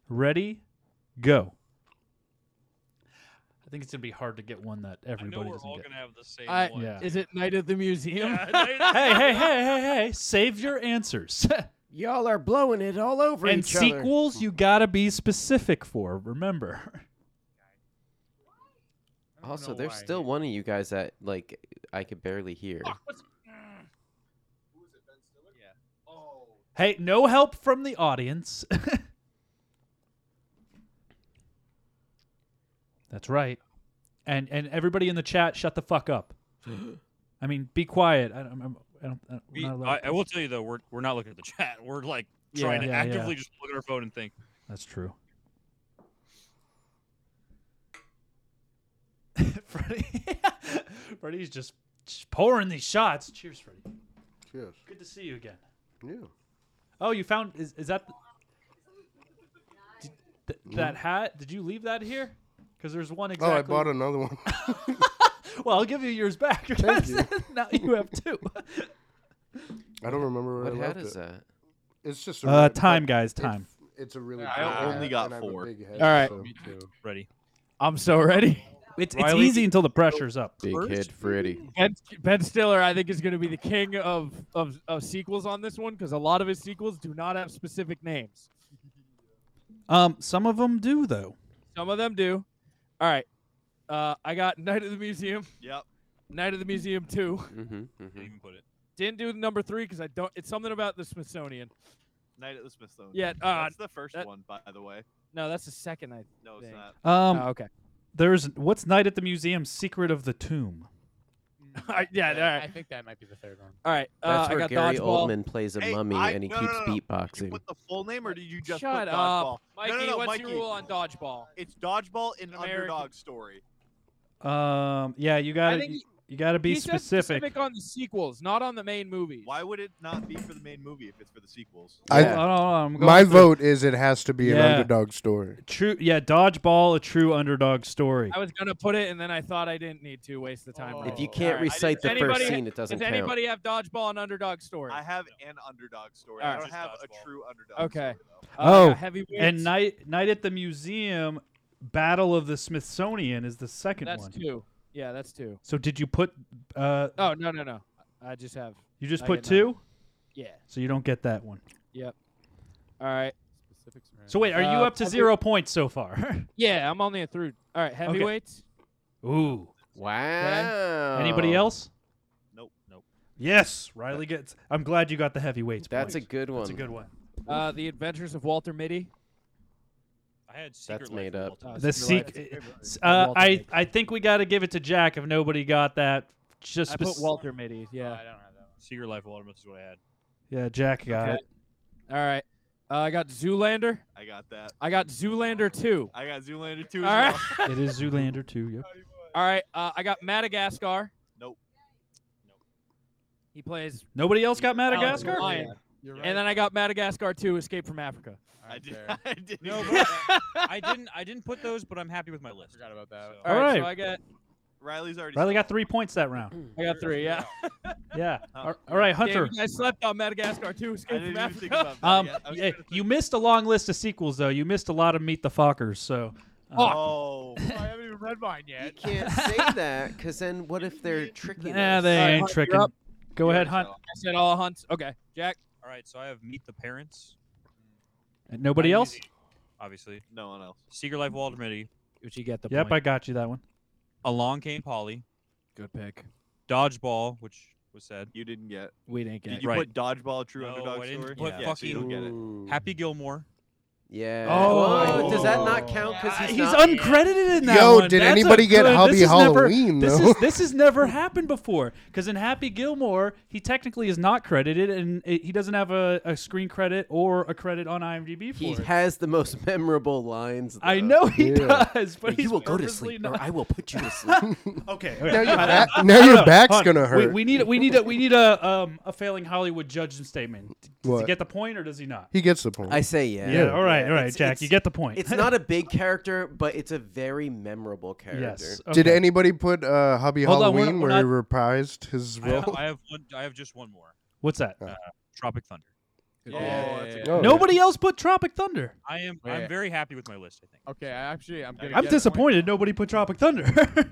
Speaker 1: Ready, go. I think it's gonna be hard to get one that
Speaker 5: I know
Speaker 1: everybody
Speaker 5: we're
Speaker 1: doesn't
Speaker 5: all
Speaker 1: get.
Speaker 5: going to have the same
Speaker 7: I-
Speaker 5: one.
Speaker 1: Yeah.
Speaker 7: Is it Night at the Museum?
Speaker 1: hey, hey, hey, hey, hey! Save your answers.
Speaker 3: Y'all are blowing it all over
Speaker 1: and sequels, you gotta be specific for. Remember.
Speaker 3: Also, there's still one of you guys that like I could barely hear.
Speaker 1: Hey, no help from the audience. That's right. And and everybody in the chat, shut the fuck up. I mean, be quiet. I don't. I'm, I don't. I don't
Speaker 5: We,
Speaker 1: we're not allowed
Speaker 5: I,
Speaker 1: to-
Speaker 5: I will tell you though, we're we're not looking at the chat. We're like trying to
Speaker 1: Yeah, yeah.
Speaker 5: actively just look at our phone and think.
Speaker 1: That's true. Freddie, Freddie's just pouring these shots. Cheers, Freddie.
Speaker 8: Cheers.
Speaker 1: Good to see you again.
Speaker 8: Yeah.
Speaker 1: Oh, you found is is that did, th- that hat? Did you leave that here? Because there's one
Speaker 8: Hmm? Oh,
Speaker 1: exactly.
Speaker 8: I bought another one.
Speaker 1: Well, I'll give you yours back.
Speaker 8: Thank you.
Speaker 1: now you have two.
Speaker 8: I don't remember
Speaker 3: What
Speaker 8: where I
Speaker 3: hat
Speaker 8: left
Speaker 3: is
Speaker 8: it.
Speaker 3: that?
Speaker 8: It's just a
Speaker 1: Uh,
Speaker 8: red-
Speaker 1: time,
Speaker 8: but
Speaker 1: guys,
Speaker 8: it's-
Speaker 1: time.
Speaker 8: It's a really.
Speaker 2: I
Speaker 8: big
Speaker 2: only
Speaker 8: hat,
Speaker 2: got
Speaker 8: and I have a
Speaker 2: four.
Speaker 8: big head,
Speaker 7: All right.
Speaker 8: so-
Speaker 5: Ready?
Speaker 7: I'm so ready.
Speaker 1: It's, it's
Speaker 5: Riley-
Speaker 1: easy until the pressure's up.
Speaker 3: Big head Freddy.
Speaker 7: Ben, ben Stiller, I think, is going to be the king of, of, of sequels on this one because a lot of his sequels do not have specific names.
Speaker 1: Um, some of them do though.
Speaker 7: Some of them do. All right. Uh, I got Night at the Museum,
Speaker 2: Yep.
Speaker 7: Night at the Museum 2.
Speaker 3: Mm-hmm,
Speaker 5: I
Speaker 3: mm-hmm.
Speaker 5: didn't even put it.
Speaker 7: Didn't do number 3 because I don't. It's something about the Smithsonian.
Speaker 2: Night at the Smithsonian.
Speaker 7: Yeah. Uh,
Speaker 2: That's the first
Speaker 7: that-
Speaker 2: one, by the way.
Speaker 7: no, that's the second. I.
Speaker 2: No, it's
Speaker 7: Dang.
Speaker 2: not.
Speaker 1: Um,
Speaker 8: Uh,
Speaker 7: oh, okay.
Speaker 1: there's what's night at the museum? Secret of the tomb.
Speaker 7: All right, yeah, all
Speaker 6: Yeah, I
Speaker 7: right.
Speaker 6: think that might be the third one.
Speaker 7: All right. Uh,
Speaker 3: That's
Speaker 7: I
Speaker 3: where
Speaker 7: got
Speaker 3: Gary
Speaker 7: Dodgeball.
Speaker 3: Oldman plays a
Speaker 2: Hey,
Speaker 3: mummy
Speaker 2: I-
Speaker 3: and he
Speaker 2: no, no,
Speaker 3: keeps
Speaker 2: no, no.
Speaker 3: beatboxing.
Speaker 2: Did you put the full name or did you just
Speaker 7: Shut
Speaker 2: put
Speaker 7: up.
Speaker 2: dodgeball?
Speaker 7: Mikey,
Speaker 2: no, no,
Speaker 7: what's
Speaker 2: Mikey.
Speaker 7: your rule on Dodgeball?
Speaker 2: It's dodgeball in
Speaker 7: American.
Speaker 2: underdog story.
Speaker 1: Um, yeah, you
Speaker 7: I
Speaker 1: got
Speaker 7: think
Speaker 1: to you got to be
Speaker 7: he said
Speaker 1: specific.
Speaker 7: specific on the sequels, not on the main movies.
Speaker 2: Why would it not be for the main movie if it's for the sequels?
Speaker 8: I-
Speaker 1: Hold on, hold on, I'm going
Speaker 8: My
Speaker 1: through.
Speaker 8: vote is it has to be an
Speaker 1: Yeah.
Speaker 8: underdog story.
Speaker 1: True, yeah. Dodgeball, a true underdog story.
Speaker 7: I was gonna put it, and then I thought I didn't need to waste the time.
Speaker 6: Oh.
Speaker 7: right
Speaker 3: If you
Speaker 7: now.
Speaker 3: can't
Speaker 7: All right.
Speaker 3: recite the
Speaker 7: Does
Speaker 3: first
Speaker 7: anybody-
Speaker 3: scene, it doesn't
Speaker 7: Does
Speaker 3: count.
Speaker 7: anybody have dodgeball and underdog story?
Speaker 2: I have an underdog story.
Speaker 7: All
Speaker 2: I
Speaker 7: right.
Speaker 2: don't
Speaker 5: Just
Speaker 2: have
Speaker 5: dodgeball.
Speaker 2: a true underdog
Speaker 7: Okay.
Speaker 2: story, though.
Speaker 1: Oh,
Speaker 7: heavy
Speaker 1: and night night at the museum, Battle of the Smithsonian is the second
Speaker 7: That's
Speaker 1: one.
Speaker 7: two. Yeah, that's two.
Speaker 1: So did you put? Uh,
Speaker 7: Oh no no no! I just have
Speaker 1: you just
Speaker 7: I
Speaker 1: put
Speaker 7: get none.
Speaker 1: two,
Speaker 7: yeah.
Speaker 1: so you don't get that one.
Speaker 7: All right.
Speaker 6: specifics.
Speaker 1: So wait, are you
Speaker 7: Uh,
Speaker 1: up to
Speaker 7: probably-
Speaker 1: zero points so far?
Speaker 7: Yeah, I'm only at through. All right, heavyweights.
Speaker 1: Ooh.
Speaker 3: Wow.
Speaker 1: Anybody else?
Speaker 5: Nope. Nope.
Speaker 1: Yes, Riley gets. I'm glad you got the heavyweights.
Speaker 3: That's a
Speaker 1: point.
Speaker 3: good one.
Speaker 1: That's a good one.
Speaker 7: Uh, the Adventures of Walter Mitty.
Speaker 5: I had secret
Speaker 3: That's
Speaker 5: Life
Speaker 3: made
Speaker 5: of
Speaker 3: up.
Speaker 5: Walter Mitty.
Speaker 1: The
Speaker 7: That's
Speaker 1: seek.
Speaker 7: a favorite.
Speaker 1: Uh,
Speaker 7: Walter
Speaker 1: I
Speaker 7: Mitty.
Speaker 1: I think we got to give it to Jack if nobody got that. Just
Speaker 7: I put
Speaker 1: spec-
Speaker 7: Walter Mitty. Yeah.
Speaker 5: Secret Life of Walter Mitty is what I had.
Speaker 1: yeah, Jack got it.
Speaker 7: All right. Uh, I got Zoolander.
Speaker 2: I got that.
Speaker 7: I got Zoolander two.
Speaker 2: I got Zoolander too.
Speaker 7: All
Speaker 2: As
Speaker 7: right.
Speaker 2: well.
Speaker 1: It is Zoolander too. Yep.
Speaker 7: All right. Uh, I got Madagascar.
Speaker 2: Nope.
Speaker 7: He plays
Speaker 1: Nobody else got
Speaker 7: Alex
Speaker 1: Madagascar.
Speaker 7: the Lion. And then I got Madagascar two, Escape from Africa.
Speaker 2: I did. I did.
Speaker 5: No,
Speaker 2: not
Speaker 5: but I didn't. I didn't put those, but I'm happy with my list.
Speaker 6: forgot about that.
Speaker 5: So-
Speaker 7: All
Speaker 1: All
Speaker 7: right, so
Speaker 1: right.
Speaker 7: I got
Speaker 2: Riley's already.
Speaker 1: Riley
Speaker 2: saw
Speaker 1: got three points that round.
Speaker 7: I got three. Yeah.
Speaker 1: Yeah.
Speaker 7: Uh,
Speaker 2: Oh.
Speaker 1: All right,
Speaker 7: Damn,
Speaker 1: Hunter.
Speaker 7: you guys slept on Madagascar
Speaker 2: it.
Speaker 7: two,
Speaker 2: I
Speaker 7: Escape
Speaker 2: didn't
Speaker 7: from
Speaker 2: even think
Speaker 7: Africa.
Speaker 2: about that.
Speaker 1: Um,
Speaker 2: yet. I was
Speaker 1: yeah,
Speaker 2: gonna
Speaker 1: you
Speaker 2: say-
Speaker 1: missed a long list of sequels though. You missed a lot of Meet the Fockers. So. uh,
Speaker 2: Oh,
Speaker 7: I haven't even read mine
Speaker 3: You
Speaker 7: yet.
Speaker 3: can't say that, because then what if they're tricky?
Speaker 1: Nah, they
Speaker 7: All right,
Speaker 1: ain't
Speaker 7: Hunt, you're
Speaker 1: tricking.
Speaker 7: up.
Speaker 1: Go ahead, Hunt.
Speaker 7: I said all hunts. Okay, Jack.
Speaker 5: All right, so I have Meet the Parents.
Speaker 1: And Nobody
Speaker 5: I'm
Speaker 1: else?
Speaker 5: using- Obviously,
Speaker 2: no one else.
Speaker 5: Secret Life of Walter Mitty.
Speaker 7: Would you get the
Speaker 1: Yep, I got you that one.
Speaker 5: Along Came Polly.
Speaker 7: Good pick.
Speaker 5: Dodgeball, which was said.
Speaker 2: You didn't get.
Speaker 7: We didn't
Speaker 2: Did
Speaker 7: get.
Speaker 2: you
Speaker 5: Right.
Speaker 2: put dodgeball true
Speaker 5: No,
Speaker 2: underdog
Speaker 5: I didn't
Speaker 2: story?
Speaker 5: put
Speaker 2: yeah, so you don't
Speaker 5: fucking-
Speaker 2: get it.
Speaker 5: Happy Gilmore.
Speaker 3: Yeah.
Speaker 1: Oh.
Speaker 3: Oh, does that not count? Because
Speaker 1: Uh,
Speaker 3: he's,
Speaker 1: he's
Speaker 3: not.
Speaker 1: uncredited in that
Speaker 8: Yo,
Speaker 1: one.
Speaker 8: did
Speaker 1: That's a
Speaker 8: anybody get
Speaker 1: good- this
Speaker 8: Hubby
Speaker 1: is never-
Speaker 8: Halloween,
Speaker 1: this
Speaker 8: though?
Speaker 1: is this has never happened before. Because in Happy Gilmore, he technically is not credited, and it, he doesn't have a, a screen credit or a credit on IMDb for
Speaker 3: he
Speaker 1: it.
Speaker 3: has the most memorable lines.
Speaker 1: I
Speaker 3: though.
Speaker 1: know he
Speaker 8: Yeah.
Speaker 1: does, but
Speaker 3: you
Speaker 1: he's
Speaker 3: will go to
Speaker 1: purposely
Speaker 3: sleep, or
Speaker 1: Not.
Speaker 3: I will put you to sleep.
Speaker 1: Okay,
Speaker 8: now
Speaker 1: okay.
Speaker 8: your,
Speaker 1: I-
Speaker 8: back,
Speaker 1: I
Speaker 8: now
Speaker 1: don't
Speaker 8: your
Speaker 1: know.
Speaker 8: back's
Speaker 1: Hold on.
Speaker 8: gonna
Speaker 1: We,
Speaker 8: hurt.
Speaker 1: we need we need a we need a um a failing Hollywood judgment statement. Does he
Speaker 8: What?
Speaker 1: get the point or does he not?
Speaker 8: he gets the point.
Speaker 3: I say yeah.
Speaker 1: Yeah. All right. All right,
Speaker 3: It's-
Speaker 1: Jack.
Speaker 3: it's-
Speaker 1: you get the point.
Speaker 3: It's not a big character, but it's a very memorable character.
Speaker 1: yes.
Speaker 8: Did
Speaker 1: okay.
Speaker 8: anybody put uh, Hubby
Speaker 1: Hold on, we're
Speaker 8: Halloween
Speaker 1: not-
Speaker 8: where
Speaker 1: we're
Speaker 8: he reprised his
Speaker 5: I have,
Speaker 8: role?
Speaker 5: I have one. I have just one more.
Speaker 1: What's that?
Speaker 8: Oh,
Speaker 5: Tropic Thunder.
Speaker 6: Yeah,
Speaker 2: Oh,
Speaker 6: yeah,
Speaker 2: that's
Speaker 6: yeah,
Speaker 2: a-
Speaker 6: yeah.
Speaker 8: No.
Speaker 1: Nobody else put Tropic Thunder.
Speaker 5: I am.
Speaker 6: Yeah.
Speaker 5: I'm very happy with my list. I think.
Speaker 6: Okay, I actually, I'm gonna.
Speaker 1: I'm
Speaker 6: get a point.
Speaker 1: disappointed nobody put Tropic Thunder.
Speaker 7: All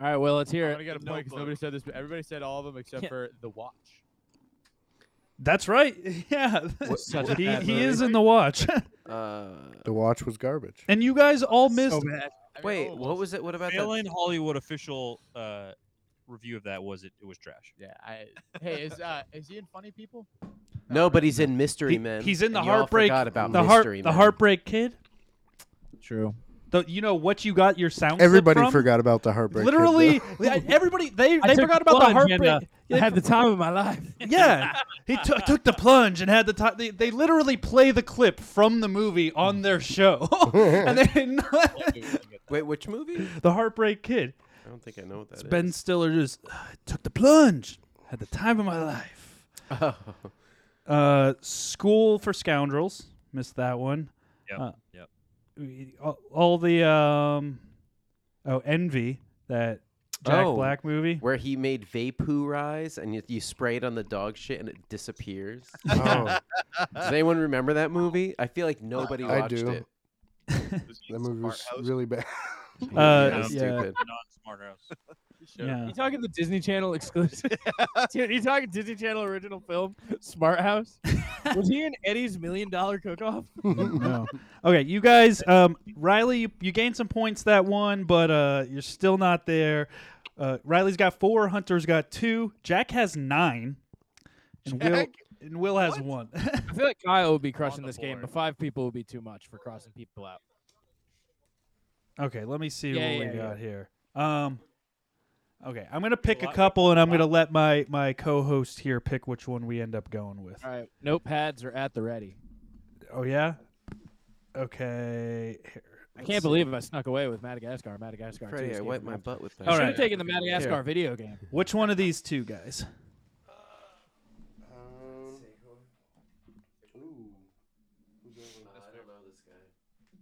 Speaker 7: right, well, let's hear
Speaker 6: I'm
Speaker 7: it.
Speaker 6: gonna get a point because nobody said this. But everybody said all of them except
Speaker 7: Yeah.
Speaker 6: for the watch.
Speaker 1: That's right. Yeah.
Speaker 7: Such a
Speaker 1: he
Speaker 7: bad
Speaker 1: he
Speaker 7: movie.
Speaker 1: is in the watch.
Speaker 3: Uh,
Speaker 8: The watch was garbage.
Speaker 1: and you guys all missed.
Speaker 6: I mean,
Speaker 3: wait,
Speaker 6: all of
Speaker 3: what
Speaker 6: them.
Speaker 3: was it? What about
Speaker 5: Failing
Speaker 3: that?
Speaker 5: Hollywood official uh, review of that was it. It was trash.
Speaker 6: Yeah. I, hey, is uh, is he in Funny People?
Speaker 3: No, but he's in Mystery
Speaker 1: He-
Speaker 3: Men.
Speaker 1: he's in the
Speaker 3: and you all
Speaker 1: heartbreak.
Speaker 3: forgot about
Speaker 1: the heart.
Speaker 3: Mystery
Speaker 1: The
Speaker 3: Men.
Speaker 1: heartbreak kid.
Speaker 7: True.
Speaker 1: The, you know what you got your sound. clip
Speaker 8: Everybody
Speaker 1: from?
Speaker 8: forgot about the heartbreak. Kid, though.
Speaker 1: Literally, I- everybody they,
Speaker 7: I
Speaker 1: they
Speaker 7: took
Speaker 1: forgot about the
Speaker 7: plunge
Speaker 1: heartbreak.
Speaker 7: and,
Speaker 1: Yeah,
Speaker 7: I had the time of my life.
Speaker 1: yeah, he took took the plunge and had the time. They, they literally play the clip from the movie on their show, and they
Speaker 3: Wait, which movie?
Speaker 1: the heartbreak kid.
Speaker 3: I don't think I know what that is.
Speaker 1: Ben Stiller just "I took the plunge, had the time of my life. Uh, School for Scoundrels, missed that one.
Speaker 5: Yep.
Speaker 1: Uh,
Speaker 5: yep.
Speaker 1: We- All, all the um, oh Envy that Jack
Speaker 3: Oh.
Speaker 1: Black movie.
Speaker 3: where he made vaporize and you, you spray it on the dog shit and it disappears.
Speaker 8: oh,
Speaker 3: Does anyone remember that movie? I feel like nobody
Speaker 8: I
Speaker 3: watched
Speaker 8: do.
Speaker 3: it.
Speaker 8: that movie was
Speaker 2: Smart house.
Speaker 8: really bad.
Speaker 1: Uh,
Speaker 3: It was
Speaker 1: yeah.
Speaker 3: stupid.
Speaker 5: Non-smart house.
Speaker 1: Yeah.
Speaker 7: You talking the Disney Channel exclusive? Dude, you talking Disney Channel original film, Smart House? Was he in Eddie's Million Dollar Cook Off?
Speaker 1: no. Okay, you guys. Um, Riley, you, you gained some points that one, but uh, you're still not there. Uh, Riley's got four. Hunter's got two. Jack has nine, and Will and Will has one.
Speaker 7: I feel like Kyle would be crushing
Speaker 5: the
Speaker 7: this game,
Speaker 5: board.
Speaker 7: but five people would be too much for crossing people out.
Speaker 1: okay, let me see
Speaker 7: Yeah,
Speaker 1: what
Speaker 7: yeah,
Speaker 1: we
Speaker 7: yeah.
Speaker 1: got here. Um, okay, I'm gonna pick a couple, and I'm gonna let my my co-host here pick which one we end up going with.
Speaker 7: All right, notepads are at the ready.
Speaker 1: Oh yeah. Okay. here.
Speaker 7: I can't believe I snuck away with Madagascar. Madagascar. two,
Speaker 3: Freddie, I
Speaker 7: Escape
Speaker 3: wiped
Speaker 7: from
Speaker 3: my
Speaker 7: Africa.
Speaker 3: butt with that.
Speaker 1: All
Speaker 7: Should
Speaker 1: right.
Speaker 7: have taken the Madagascar video game.
Speaker 1: Which one of these two guys?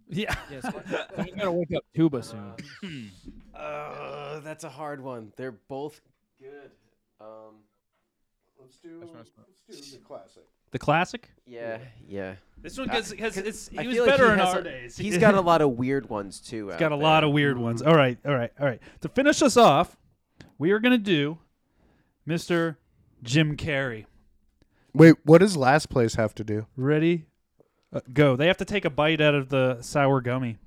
Speaker 1: Yeah.
Speaker 7: Yes. I'm gonna wake up Tuba soon.
Speaker 3: Uh, that's a hard one. They're both good. Um,
Speaker 8: Let's do, let's do the classic.
Speaker 1: The classic.
Speaker 3: yeah, yeah.
Speaker 1: This one
Speaker 3: I-
Speaker 1: gets because it's
Speaker 3: I
Speaker 1: he was
Speaker 3: feel like
Speaker 1: better
Speaker 3: he
Speaker 1: in
Speaker 3: has
Speaker 1: our
Speaker 3: a-
Speaker 1: days.
Speaker 3: He's got a lot of weird ones too.
Speaker 1: He's got a lot of weird ones. All right, all right, all right. To finish us off, we are gonna do Mr. Jim Carrey.
Speaker 8: Wait, what does last place have to do?
Speaker 1: Ready? Uh, go. They have to take a bite out of the sour gummy.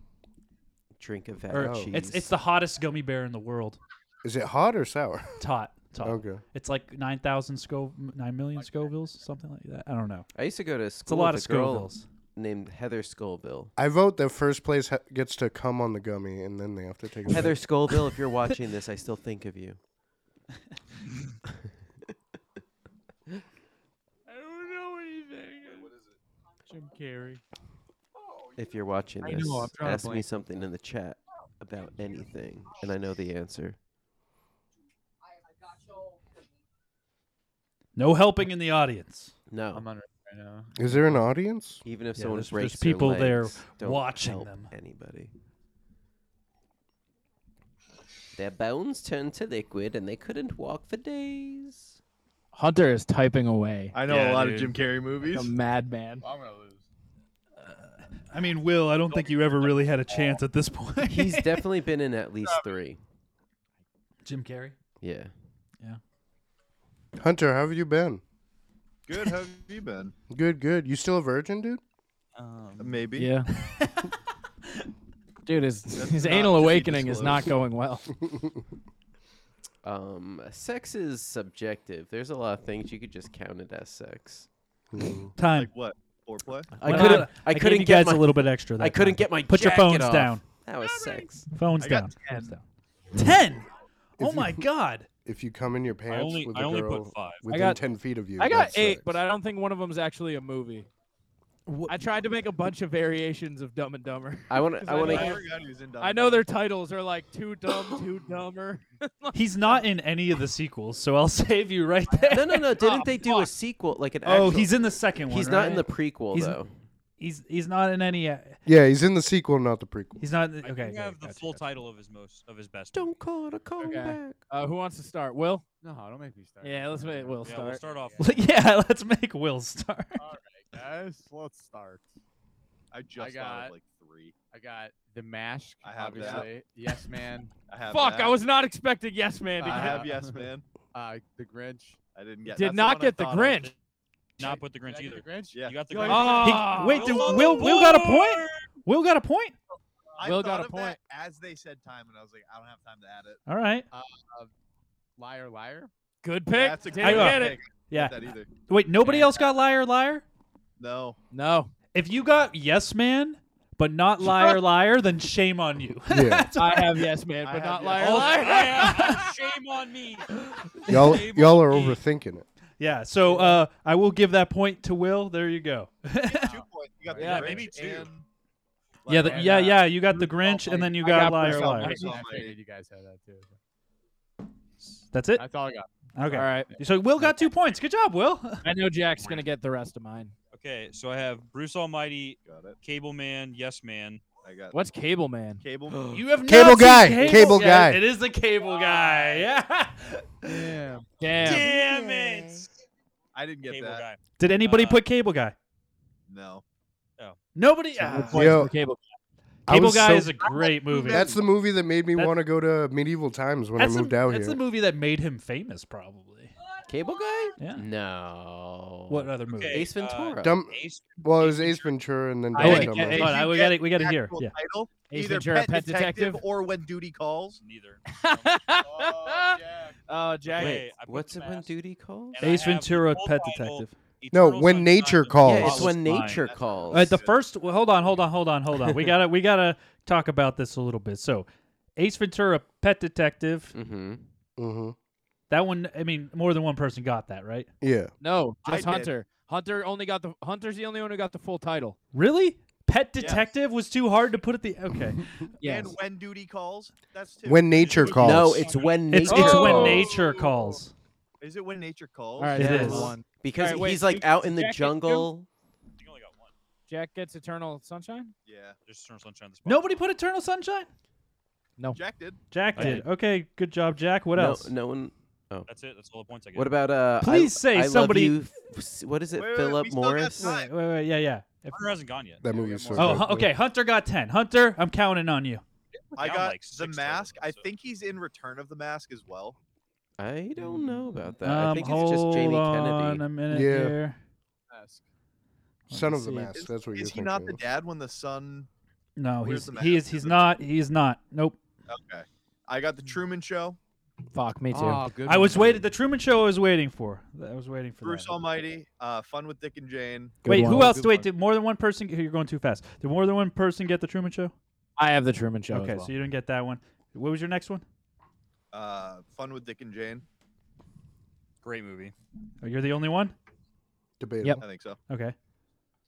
Speaker 3: Drink of that
Speaker 1: Or
Speaker 8: Oh.
Speaker 3: cheese.
Speaker 1: It's it's the hottest gummy bear in the world.
Speaker 8: Is it hot or sour?
Speaker 1: It's hot. It's hot.
Speaker 8: Okay.
Speaker 1: It's like nine thousand Scov, nine million Scovilles, something like that. I don't know.
Speaker 3: I used to go to
Speaker 1: It's a
Speaker 3: school
Speaker 1: lot of
Speaker 3: with a girl
Speaker 1: Scovilles.
Speaker 3: named Heather Scoville.
Speaker 8: I vote that first place ha- gets to come on the gummy, and then they have to take. a
Speaker 3: Heather
Speaker 8: bite.
Speaker 3: Scoville, if you're watching this, I still think of you.
Speaker 7: I don't know anything. What is it? Jim Carrey.
Speaker 3: If you're watching
Speaker 7: I know,
Speaker 3: this,
Speaker 7: I'm drawing a
Speaker 3: ask me
Speaker 7: blank.
Speaker 3: something in the chat about anything, and I know the answer.
Speaker 1: No helping in the audience.
Speaker 3: No.
Speaker 6: I'm on it right now.
Speaker 8: Is there an audience?
Speaker 3: Even if
Speaker 1: Yeah,
Speaker 3: someone
Speaker 1: there's-
Speaker 3: breaks
Speaker 1: there's
Speaker 3: their
Speaker 1: people there
Speaker 3: legs, don't
Speaker 1: watching
Speaker 3: help
Speaker 1: them.
Speaker 3: Anybody. Their bones turned to liquid and they couldn't walk for days.
Speaker 7: Hunter is typing away.
Speaker 2: I know
Speaker 5: Yeah,
Speaker 2: a lot
Speaker 5: dude.
Speaker 2: of Jim Carrey
Speaker 7: Like um,
Speaker 2: movies.
Speaker 7: a madman.
Speaker 6: I'm gonna lose.
Speaker 1: I mean, Will, I don't think you ever really had a chance at this point.
Speaker 3: He's definitely been in at least three.
Speaker 1: Jim Carrey.
Speaker 3: Yeah.
Speaker 8: Hunter, how have you been?
Speaker 2: Good. How have you been? Uh,
Speaker 8: Good, good. You still a virgin, dude?
Speaker 5: Um,
Speaker 2: Maybe.
Speaker 7: Yeah. Dude, his
Speaker 2: That's
Speaker 7: his
Speaker 2: not
Speaker 7: anal
Speaker 2: to be
Speaker 7: awakening is not
Speaker 2: disclosed.
Speaker 7: going well.
Speaker 3: Um, sex is subjective. There's a lot of things you could just count it as sex.
Speaker 8: Hmm.
Speaker 1: Time.
Speaker 2: Like what? Foreplay?
Speaker 3: I
Speaker 1: Well,
Speaker 3: couldn't.
Speaker 1: I-
Speaker 3: I,
Speaker 1: I gave
Speaker 3: couldn't
Speaker 1: you
Speaker 3: get
Speaker 1: guys
Speaker 3: my.
Speaker 1: a little bit extra.
Speaker 3: I
Speaker 1: that
Speaker 3: couldn't
Speaker 1: time.
Speaker 3: get my.
Speaker 1: Put your
Speaker 3: jacket
Speaker 1: phones
Speaker 3: off.
Speaker 1: down.
Speaker 3: That was sex.
Speaker 1: Phones
Speaker 2: I got
Speaker 1: down. Phones down. Ten. Oh
Speaker 8: If
Speaker 1: my
Speaker 8: you-
Speaker 1: God.
Speaker 8: If you come in your pants
Speaker 5: only-
Speaker 8: with a
Speaker 5: I only put
Speaker 8: girl
Speaker 5: five. I
Speaker 8: within
Speaker 7: got-
Speaker 8: ten feet of you,
Speaker 7: I got
Speaker 8: that's
Speaker 7: eight,
Speaker 8: sex.
Speaker 7: but I don't think one of them's actually a movie.
Speaker 1: Wha-
Speaker 7: I tried to make a bunch of variations of Dumb and Dumber.
Speaker 3: I want.
Speaker 7: Is
Speaker 3: I
Speaker 7: that
Speaker 3: want
Speaker 7: Like-
Speaker 2: I
Speaker 3: to.
Speaker 7: not-
Speaker 2: forgot he was in Dumb
Speaker 7: I
Speaker 2: and
Speaker 7: know
Speaker 2: Dumber.
Speaker 7: their titles are like too dumb, too dumber.
Speaker 1: He's not in any of the sequels, so I'll save you right there.
Speaker 3: No, no, no! Didn't they do a sequel? Like an.
Speaker 1: Oh,
Speaker 3: actual-
Speaker 1: he's in the second one.
Speaker 3: He's not in
Speaker 1: right?
Speaker 3: the prequel
Speaker 1: He's-
Speaker 3: though.
Speaker 1: He's he's not in any. uh,
Speaker 8: yeah, he's in the sequel, not the prequel.
Speaker 1: He's not.
Speaker 5: I
Speaker 1: Okay.
Speaker 5: okay,
Speaker 1: okay,
Speaker 5: have the
Speaker 1: gotcha,
Speaker 5: full
Speaker 1: gotcha.
Speaker 5: title of his most of his best.
Speaker 3: Don't call it a
Speaker 7: Okay.
Speaker 3: comeback.
Speaker 7: Uh, who wants to start? Will?
Speaker 6: No, don't make me start.
Speaker 7: Yeah, let's make Will
Speaker 5: Yeah,
Speaker 7: start.
Speaker 5: we'll start off.
Speaker 1: yeah, let's make Will start.
Speaker 6: Guys, let's start.
Speaker 2: I just thought
Speaker 6: got-
Speaker 2: of like three.
Speaker 6: I got the mask.
Speaker 2: I have that.
Speaker 6: obviously. Yes, man.
Speaker 2: I have
Speaker 7: Fuck,
Speaker 2: that.
Speaker 7: I was not expecting Yes Man to
Speaker 2: I
Speaker 7: get-
Speaker 2: have yes, man.
Speaker 6: Uh, the Grinch.
Speaker 2: I didn't get.
Speaker 7: did
Speaker 2: that's the
Speaker 7: not
Speaker 2: one I
Speaker 7: get the
Speaker 2: thought of.
Speaker 7: Grinch.
Speaker 5: Not put the
Speaker 6: Did I
Speaker 5: Grinch
Speaker 6: get
Speaker 5: either.
Speaker 6: The Grinch.
Speaker 2: Yeah.
Speaker 5: You got the
Speaker 2: You got
Speaker 5: Grinch.
Speaker 7: Ah,
Speaker 1: He- wait, do-
Speaker 5: on the
Speaker 1: Will Will got a point. Will got a point.
Speaker 2: I
Speaker 7: Will
Speaker 2: thought
Speaker 7: got a
Speaker 2: of that as they said time, and I was like, I don't have time to add it.
Speaker 1: All right.
Speaker 6: Liar, liar.
Speaker 7: Good
Speaker 2: Yeah,
Speaker 7: pick.
Speaker 2: that's a
Speaker 7: Didn't
Speaker 1: good
Speaker 7: get
Speaker 2: pick.
Speaker 7: it.
Speaker 1: Yeah.
Speaker 2: That either.
Speaker 1: Wait, nobody else got liar liar.
Speaker 2: No.
Speaker 7: No.
Speaker 1: If you got yes man, but not liar liar, then shame on you.
Speaker 8: Yeah,
Speaker 7: I have Yes Man,
Speaker 2: I
Speaker 7: but
Speaker 2: have
Speaker 7: not
Speaker 2: Yes Oh,
Speaker 7: Liar
Speaker 2: Man.
Speaker 7: Oh, Liar.
Speaker 5: Shame on me.
Speaker 8: y'all y'all are overthinking it.
Speaker 1: yeah. So uh, I will give that point to Will. There you go.
Speaker 2: Two points. You got
Speaker 7: Yeah,
Speaker 2: the Grinch
Speaker 5: maybe two.
Speaker 2: and
Speaker 1: yeah. The,
Speaker 6: Liar,
Speaker 1: yeah.
Speaker 6: Liar.
Speaker 1: Yeah. You got the Grinch, and then you
Speaker 7: I
Speaker 1: got,
Speaker 7: got
Speaker 1: liar
Speaker 7: Purcell
Speaker 1: liar.
Speaker 7: Mike.
Speaker 2: Personal
Speaker 6: I
Speaker 2: Mighty.
Speaker 6: figured you guys had that too.
Speaker 1: That's it.
Speaker 6: That's all I got.
Speaker 1: Okay.
Speaker 7: All right.
Speaker 1: So Will got two points. Good job, Will.
Speaker 7: I know Jack's gonna get the rest of mine.
Speaker 5: Okay, so I have Bruce Almighty,
Speaker 2: got it.
Speaker 5: Cable Man, Yes Man.
Speaker 2: I got
Speaker 7: What's Cable Man?
Speaker 2: cable.
Speaker 1: You have
Speaker 8: Cable
Speaker 1: not seen
Speaker 8: guy,
Speaker 1: Cable,
Speaker 8: cable
Speaker 1: Yeah,
Speaker 8: guy.
Speaker 1: It is the cable guy. Yeah.
Speaker 6: Yeah.
Speaker 7: Damn.
Speaker 5: Damn it!
Speaker 2: I didn't get
Speaker 5: Cable
Speaker 2: that.
Speaker 5: guy.
Speaker 1: Did anybody
Speaker 5: Uh,
Speaker 1: put cable guy?
Speaker 2: No.
Speaker 1: Nobody.
Speaker 7: No
Speaker 1: ah.
Speaker 7: points
Speaker 8: Yo,
Speaker 7: for Cable.
Speaker 8: I
Speaker 1: Cable
Speaker 8: was
Speaker 1: Guy
Speaker 8: so-
Speaker 1: is a great movie.
Speaker 8: That's the movie that made me
Speaker 1: That's-
Speaker 8: want to go to medieval times when I
Speaker 1: That's the-
Speaker 8: moved out
Speaker 1: that's
Speaker 8: here.
Speaker 1: the movie that made him famous, probably.
Speaker 3: Cable guy?
Speaker 1: Yeah.
Speaker 3: No.
Speaker 1: What other movie?
Speaker 5: Okay.
Speaker 3: Ace
Speaker 5: uh,
Speaker 3: Ventura.
Speaker 8: Dumb.
Speaker 5: Ace.
Speaker 8: Well, it was Ace Ventura and then
Speaker 7: I
Speaker 8: Dumb
Speaker 7: didn't
Speaker 8: and
Speaker 7: get
Speaker 8: Dumber.
Speaker 7: Ace-
Speaker 1: Hold on, I- we
Speaker 2: You
Speaker 1: got
Speaker 2: get
Speaker 1: it. We got it
Speaker 2: the
Speaker 1: here.
Speaker 2: actual
Speaker 1: Yeah.
Speaker 2: Title,
Speaker 7: Ace
Speaker 2: either
Speaker 7: Ventura,
Speaker 2: Pet,
Speaker 7: Pet
Speaker 2: Detective,
Speaker 7: Detective.
Speaker 2: or When Duty Calls.
Speaker 5: Neither.
Speaker 7: Oh, Jack.
Speaker 5: Wait, I put
Speaker 3: What's
Speaker 5: the
Speaker 3: it when
Speaker 5: mask.
Speaker 3: duty calls?
Speaker 5: And I
Speaker 1: Ace
Speaker 5: have the
Speaker 1: Ventura,
Speaker 5: full
Speaker 1: Pet
Speaker 5: title,
Speaker 1: Detective.
Speaker 8: No,
Speaker 5: Eternal
Speaker 8: When
Speaker 5: Sunshine
Speaker 8: Nature
Speaker 5: of the
Speaker 8: Calls.
Speaker 3: Yeah, it's
Speaker 5: Spotless
Speaker 3: when
Speaker 5: Mind.
Speaker 3: nature
Speaker 2: That's-
Speaker 3: calls.
Speaker 1: All right, the first. Well, hold on, hold on, hold on, hold on. We gotta, we gotta talk about this a little bit. So, Ace Ventura, Pet Detective.
Speaker 3: Mm-hmm.
Speaker 8: hmm
Speaker 1: That one. I mean, more than one person got that, right?
Speaker 8: Yeah.
Speaker 7: No, just
Speaker 2: I did.
Speaker 7: Hunter. Hunter only got the Hunter's the only one who got the full title.
Speaker 1: Really? Pet Detective was too hard to put at the. Okay.
Speaker 7: Yes.
Speaker 2: And When Duty Calls. That's two.
Speaker 8: When nature calls.
Speaker 3: No, it's when nature
Speaker 1: It's it's when
Speaker 3: calls.
Speaker 1: nature calls.
Speaker 2: Is it When Nature Calls?
Speaker 7: All right,
Speaker 1: It
Speaker 7: that
Speaker 1: is.
Speaker 7: was one.
Speaker 3: Because
Speaker 7: Alright, wait,
Speaker 3: he's
Speaker 7: you-
Speaker 3: like out in the
Speaker 7: Jack, it's you?
Speaker 3: jungle.
Speaker 5: You only got one.
Speaker 7: Jack gets Eternal Sunshine.
Speaker 2: Yeah.
Speaker 5: There's Eternal Sunshine of the Spotless
Speaker 1: Nobody put Eternal Sunshine.
Speaker 2: Jack did.
Speaker 1: Jack
Speaker 5: I
Speaker 1: did. Okay, good job, Jack. What
Speaker 3: no,
Speaker 1: else?
Speaker 3: No one.
Speaker 5: Mind. That's it. That's all the points I get.
Speaker 3: What about uh? I-
Speaker 1: Please say
Speaker 3: I love
Speaker 1: somebody-
Speaker 3: you, f- what is it?
Speaker 2: Wait, wait, wait,
Speaker 3: Philip
Speaker 2: we still got
Speaker 3: Morris.
Speaker 2: time.
Speaker 1: Wait, wait, wait, yeah, yeah. If-
Speaker 5: Hunter hasn't gone yet.
Speaker 8: That movie's so
Speaker 1: oh,
Speaker 8: good.
Speaker 1: hu- okay. Hunter got ten. Hunter, I'm counting on you.
Speaker 2: I
Speaker 5: down
Speaker 2: got
Speaker 5: like
Speaker 2: the
Speaker 5: six
Speaker 2: mask.
Speaker 5: titles,
Speaker 2: I
Speaker 5: so-
Speaker 2: think he's in Return of the Mask as well.
Speaker 3: I don't know about that.
Speaker 1: um,
Speaker 3: I think it's
Speaker 1: hold
Speaker 3: just Jamie
Speaker 1: on
Speaker 3: Kennedy.
Speaker 1: a minute
Speaker 8: Yeah.
Speaker 1: here.
Speaker 8: Son
Speaker 1: me
Speaker 8: of the
Speaker 1: see.
Speaker 8: Mask. That's what you're
Speaker 2: Is he
Speaker 8: thinking.
Speaker 2: not the
Speaker 8: of.
Speaker 2: dad when the son?
Speaker 1: No,
Speaker 2: Where's
Speaker 1: he's
Speaker 2: the
Speaker 1: he
Speaker 2: mask?
Speaker 1: is he's not he's not. Nope.
Speaker 2: Okay, I got the Truman Show,
Speaker 7: Fuck me too.
Speaker 6: Oh, good
Speaker 1: I was
Speaker 6: one.
Speaker 1: waiting. The Truman Show. I was waiting for. I was waiting for.
Speaker 2: Bruce
Speaker 1: that.
Speaker 2: Almighty, uh, Fun with Dick and Jane.
Speaker 7: Good
Speaker 1: Wait,
Speaker 7: one.
Speaker 1: who else?
Speaker 6: Good
Speaker 1: Wait,
Speaker 6: one.
Speaker 1: did more than one person? You're going too fast. Did more than one person get the Truman Show?
Speaker 7: I have the Truman Show.
Speaker 1: okay,
Speaker 7: as well.
Speaker 1: so you didn't get that one. What was your next one?
Speaker 2: Uh, Fun with Dick and Jane.
Speaker 5: Great movie.
Speaker 1: Oh, you're the only one.
Speaker 8: Debatable.
Speaker 7: Yep.
Speaker 2: I think so.
Speaker 1: Okay.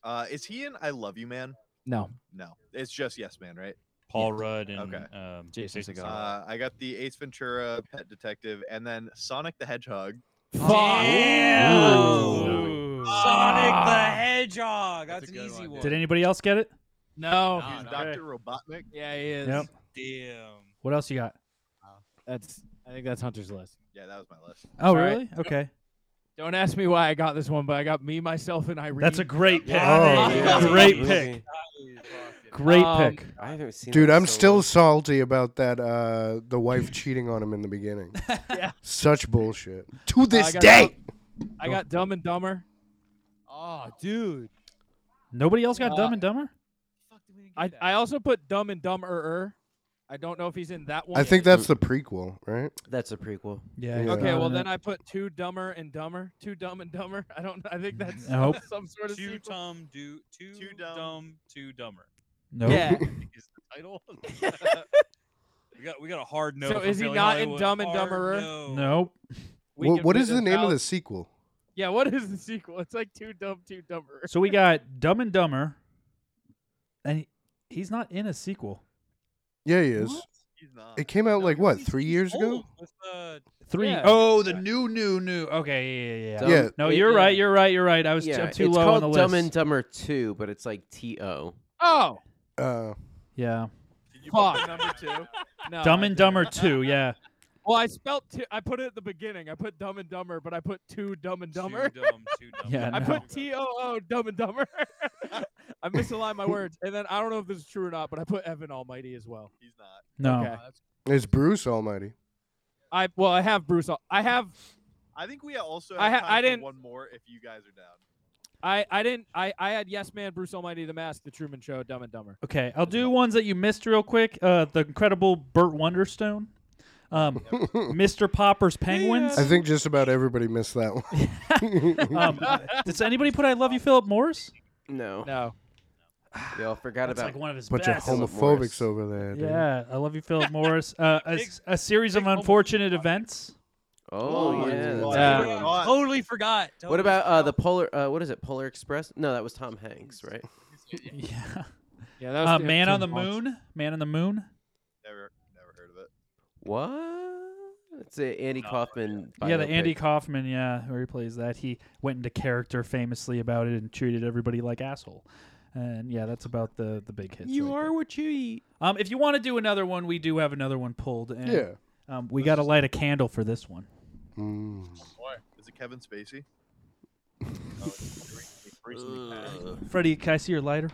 Speaker 2: Uh, is he in I Love You Man?
Speaker 7: no,
Speaker 2: No, it's just Yes Man, right?
Speaker 5: Paul Rudd and
Speaker 2: Okay.
Speaker 5: um,
Speaker 7: Jason Segel.
Speaker 5: Segel.
Speaker 2: Uh, I got the Ace Ventura, Pet Detective, and then Sonic the Hedgehog.
Speaker 7: Oh.
Speaker 1: Damn.
Speaker 5: Sonic the Hedgehog.
Speaker 6: That's
Speaker 5: That's,
Speaker 6: a
Speaker 5: an
Speaker 6: good
Speaker 5: easy
Speaker 6: one,
Speaker 5: one.
Speaker 6: dude.
Speaker 1: Did anybody else get it?
Speaker 7: no.
Speaker 6: Ah,
Speaker 2: He's
Speaker 6: no.
Speaker 2: Doctor Robotnik.
Speaker 7: Yeah, he is.
Speaker 1: Yep.
Speaker 5: Damn.
Speaker 1: What else you got?
Speaker 7: That's. I think that's Hunter's list.
Speaker 2: Yeah, that was my list.
Speaker 1: Oh,
Speaker 7: right.
Speaker 1: really? Okay.
Speaker 7: Don't ask me why I got this one, but I got me, myself, and Irene.
Speaker 1: That's a great pick.
Speaker 8: Yeah.
Speaker 7: Oh, yeah.
Speaker 1: Great
Speaker 3: Movie.
Speaker 1: pick. Great
Speaker 7: Um,
Speaker 1: pick.
Speaker 3: I haven't seen.
Speaker 8: Dude,
Speaker 3: that in
Speaker 8: I'm
Speaker 3: so
Speaker 8: still
Speaker 3: long.
Speaker 8: salty about that. Uh, the wife cheating on him in the beginning.
Speaker 7: Yeah.
Speaker 8: Such bullshit. To this
Speaker 7: got
Speaker 8: day.
Speaker 7: I got Dumb and Dumber.
Speaker 6: Oh, dude.
Speaker 1: Nobody else got
Speaker 7: Uh,
Speaker 1: Dumb and Dumber?
Speaker 7: I, I also put Dumb and Dumberer. I don't know if he's in that one.
Speaker 8: I think that's the prequel, right?
Speaker 3: That's a prequel.
Speaker 1: Yeah.
Speaker 8: he's
Speaker 7: Okay,
Speaker 8: not
Speaker 7: well then I put two dumber and dumber, two dumb and dumber. I don't. I think that's
Speaker 1: Nope.
Speaker 7: some, some sort of
Speaker 5: Two
Speaker 7: sequel.
Speaker 5: dumb, do two,
Speaker 2: Too dumb.
Speaker 5: dumb. two dumber.
Speaker 1: Nope.
Speaker 7: Yeah.
Speaker 5: Is the title? we got we got a hard no.
Speaker 7: So
Speaker 5: from
Speaker 7: is he
Speaker 5: Philly
Speaker 7: not in
Speaker 5: Hollywood.
Speaker 7: Dumb and
Speaker 5: Hard
Speaker 7: Dumberer?
Speaker 5: No. Oh,
Speaker 1: Nope.
Speaker 7: We
Speaker 8: Wha-
Speaker 7: can
Speaker 8: what
Speaker 7: put
Speaker 8: is the
Speaker 7: this
Speaker 8: name
Speaker 7: out-
Speaker 8: of the sequel?
Speaker 7: Yeah, what is the sequel? It's like two dumb, two dumber.
Speaker 1: So we got Dumb and Dumber, and he- he's not in a sequel.
Speaker 8: Yeah, he is.
Speaker 2: He's not.
Speaker 8: It came out like what
Speaker 5: he's-
Speaker 8: three
Speaker 5: he's
Speaker 8: years ago?
Speaker 5: old with, uh,
Speaker 1: Three
Speaker 7: Yeah.
Speaker 1: oh, the new, new, new. Okay. Yeah. Yeah. yeah.
Speaker 8: Yeah.
Speaker 1: No,
Speaker 3: it-
Speaker 1: you're
Speaker 3: yeah.
Speaker 1: right. You're right. You're right. I was
Speaker 3: Yeah,
Speaker 1: I'm too
Speaker 3: it's
Speaker 1: low on
Speaker 3: called
Speaker 1: the list.
Speaker 3: Dumb and Dumber Two, but it's like T O.
Speaker 7: oh,
Speaker 8: Uh,
Speaker 1: yeah.
Speaker 2: Did you put
Speaker 7: fuck.
Speaker 2: the number two?
Speaker 7: No,
Speaker 1: Dumb
Speaker 7: I
Speaker 1: and
Speaker 7: didn't.
Speaker 1: Dumber Two. Yeah.
Speaker 7: Well, I spelt. Two, I put it at the beginning. I put dumb and dumber, but I put two dumb and dumber.
Speaker 5: Too dumb, too dumb.
Speaker 1: Yeah,
Speaker 7: I
Speaker 1: no.
Speaker 7: put T O O dumb and dumber. I misaligned my words, and then I don't know if this is true or not, but I put Evan Almighty as well.
Speaker 2: He's not.
Speaker 1: No.
Speaker 7: Okay.
Speaker 8: it's Bruce Almighty.
Speaker 7: I well, I have Bruce. Al- I have
Speaker 2: I think we also. Have
Speaker 7: I ha-
Speaker 2: time
Speaker 7: I
Speaker 2: for
Speaker 7: didn't-
Speaker 2: One more, if you guys are down.
Speaker 7: I I didn't I I had Yes Man, Bruce Almighty, The Mask, The Truman Show, Dumb and Dumber.
Speaker 1: Okay, I'll do ones that you missed real quick. Uh, the incredible Burt Wonderstone, um, Mr. Popper's Penguins.
Speaker 8: I think just about everybody missed that one.
Speaker 1: Um, does anybody put "I Love You, Philip Morris"?
Speaker 3: No,
Speaker 7: No,
Speaker 3: y'all forgot
Speaker 1: That's
Speaker 3: about.
Speaker 1: like one of his
Speaker 8: Bunch of
Speaker 1: best.
Speaker 3: homo-
Speaker 8: homophobics over there. Dude.
Speaker 1: yeah, "I Love You, Philip Morris." Uh, a,
Speaker 5: Big-
Speaker 1: a series of
Speaker 5: big homo-
Speaker 1: unfortunate events.
Speaker 3: oh,
Speaker 8: Oh,
Speaker 3: yeah.
Speaker 8: yeah.
Speaker 3: that's
Speaker 7: Yeah.
Speaker 3: a good one.
Speaker 2: God,
Speaker 5: Totally forgot. Totally
Speaker 3: What about uh, the
Speaker 5: forgot.
Speaker 3: Polar? Uh, what is it? Polar Express? No, that was Tom Hanks, right?
Speaker 1: Yeah.
Speaker 7: yeah, that was
Speaker 1: Uh,
Speaker 7: the-
Speaker 1: Man on
Speaker 7: Tim
Speaker 1: the
Speaker 7: Fox.
Speaker 1: Moon. Man on the Moon.
Speaker 2: never, never heard of it.
Speaker 3: What? It's a Andy Kaufman.
Speaker 1: Yeah, the Andy
Speaker 3: biopic.
Speaker 1: Kaufman. Yeah, where he plays that. He went into character famously about it and treated everybody like asshole. And yeah, that's about the the big hits. right there.
Speaker 3: what you eat.
Speaker 1: Um, if you want to do another one, we do have another one pulled. And
Speaker 8: Yeah.
Speaker 1: Um, we got to light a candle for this one.
Speaker 8: Mm.
Speaker 2: Is it Kevin Spacey? Oh,
Speaker 1: Freddie, can I see your lighter?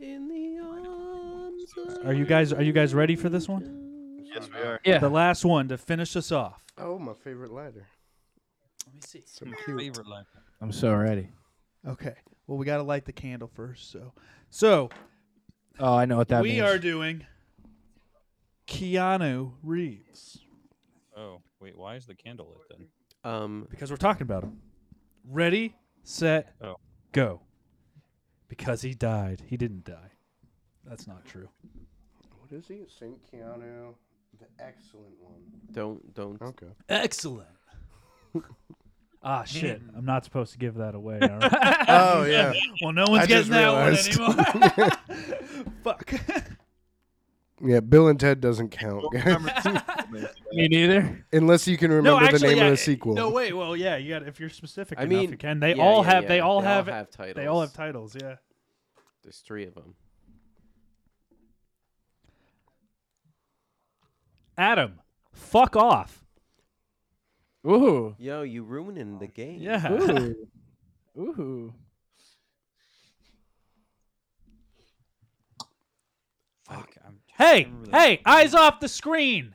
Speaker 3: In the arms. of
Speaker 1: Are you guys are you guys ready for this one?
Speaker 2: Yes, we are.
Speaker 7: Yeah.
Speaker 1: The last one to finish us off.
Speaker 8: Oh, my favorite lighter.
Speaker 1: Let me see.
Speaker 8: So cute.
Speaker 7: I'm so ready.
Speaker 1: Okay. Well, we got to light the candle first. So, so
Speaker 7: Oh, I know what that
Speaker 1: we
Speaker 7: means.
Speaker 1: are doing Keanu Reeves
Speaker 5: Oh wait, why is the candle lit then?
Speaker 3: Um,
Speaker 1: because we're talking about him. Ready, set,
Speaker 5: Oh.
Speaker 1: go. Because he died. He didn't die. That's not true.
Speaker 8: What is he? Saint Keanu, the excellent one.
Speaker 3: don't don't.
Speaker 8: Okay.
Speaker 1: Excellent. ah, shit. I'm not supposed to give that away. all right?
Speaker 8: Oh yeah.
Speaker 1: well, no one's
Speaker 8: I
Speaker 1: getting
Speaker 8: just
Speaker 1: that
Speaker 8: realized.
Speaker 1: one anymore. Fuck.
Speaker 8: Yeah. Bill and Ted doesn't count,
Speaker 2: Don't
Speaker 8: guys.
Speaker 2: remember the-
Speaker 7: Me neither.
Speaker 8: unless you can remember the name
Speaker 1: yeah,
Speaker 8: of the sequel.
Speaker 1: No, wait. Well, yeah, you got if you're specific
Speaker 3: I
Speaker 1: enough,
Speaker 3: mean,
Speaker 1: you can. They
Speaker 3: yeah,
Speaker 1: all
Speaker 3: yeah,
Speaker 1: have.
Speaker 3: yeah.
Speaker 1: They all have.
Speaker 3: titles.
Speaker 1: they all have titles. Yeah.
Speaker 3: There's three of them.
Speaker 1: Adam, fuck off.
Speaker 7: Ooh,
Speaker 3: Yo, you ruining the game.
Speaker 1: Yeah.
Speaker 7: ooh, ooh.
Speaker 5: Fuck. I'm,
Speaker 1: hey,
Speaker 5: remember that.
Speaker 1: hey, eyes off the screen.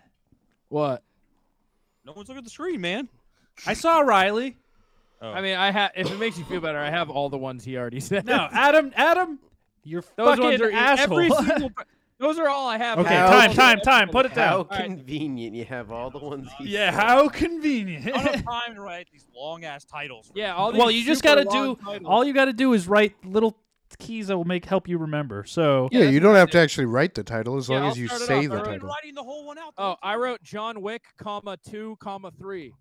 Speaker 7: What?
Speaker 5: No one's looking at the screen, man.
Speaker 1: I saw Riley.
Speaker 5: Oh.
Speaker 7: I mean, I ha- if it makes you feel better, I have all the ones he already said.
Speaker 1: No, Adam, Adam, you're
Speaker 7: those
Speaker 1: fucking
Speaker 7: ones are
Speaker 1: asshole.
Speaker 7: every single. per- Those are all I have.
Speaker 1: okay,
Speaker 3: How-
Speaker 1: time, time, time. Put it
Speaker 3: How
Speaker 1: down.
Speaker 7: All right.
Speaker 3: convenient you have all the ones. he
Speaker 1: Yeah,
Speaker 3: said.
Speaker 1: how convenient.
Speaker 5: I don't have time to write these long ass titles. for
Speaker 7: Yeah,
Speaker 5: these
Speaker 7: all these
Speaker 1: well, you just
Speaker 7: super
Speaker 1: gotta
Speaker 7: long
Speaker 1: do.
Speaker 7: titles.
Speaker 1: All you gotta do is write little keys that will make help you remember. So
Speaker 7: Yeah,
Speaker 8: Yeah,
Speaker 7: that's
Speaker 8: you
Speaker 7: what
Speaker 8: don't
Speaker 7: I
Speaker 8: have
Speaker 7: did.
Speaker 8: to actually write the title as
Speaker 7: Yeah,
Speaker 8: long
Speaker 7: I'll
Speaker 8: as you
Speaker 7: start it
Speaker 8: say
Speaker 7: off.
Speaker 8: the
Speaker 7: I
Speaker 5: I've been
Speaker 8: title.
Speaker 5: writing the whole one out. the
Speaker 7: Oh,
Speaker 5: whole
Speaker 7: I
Speaker 5: time.
Speaker 7: wrote John Wick, comma two, comma three.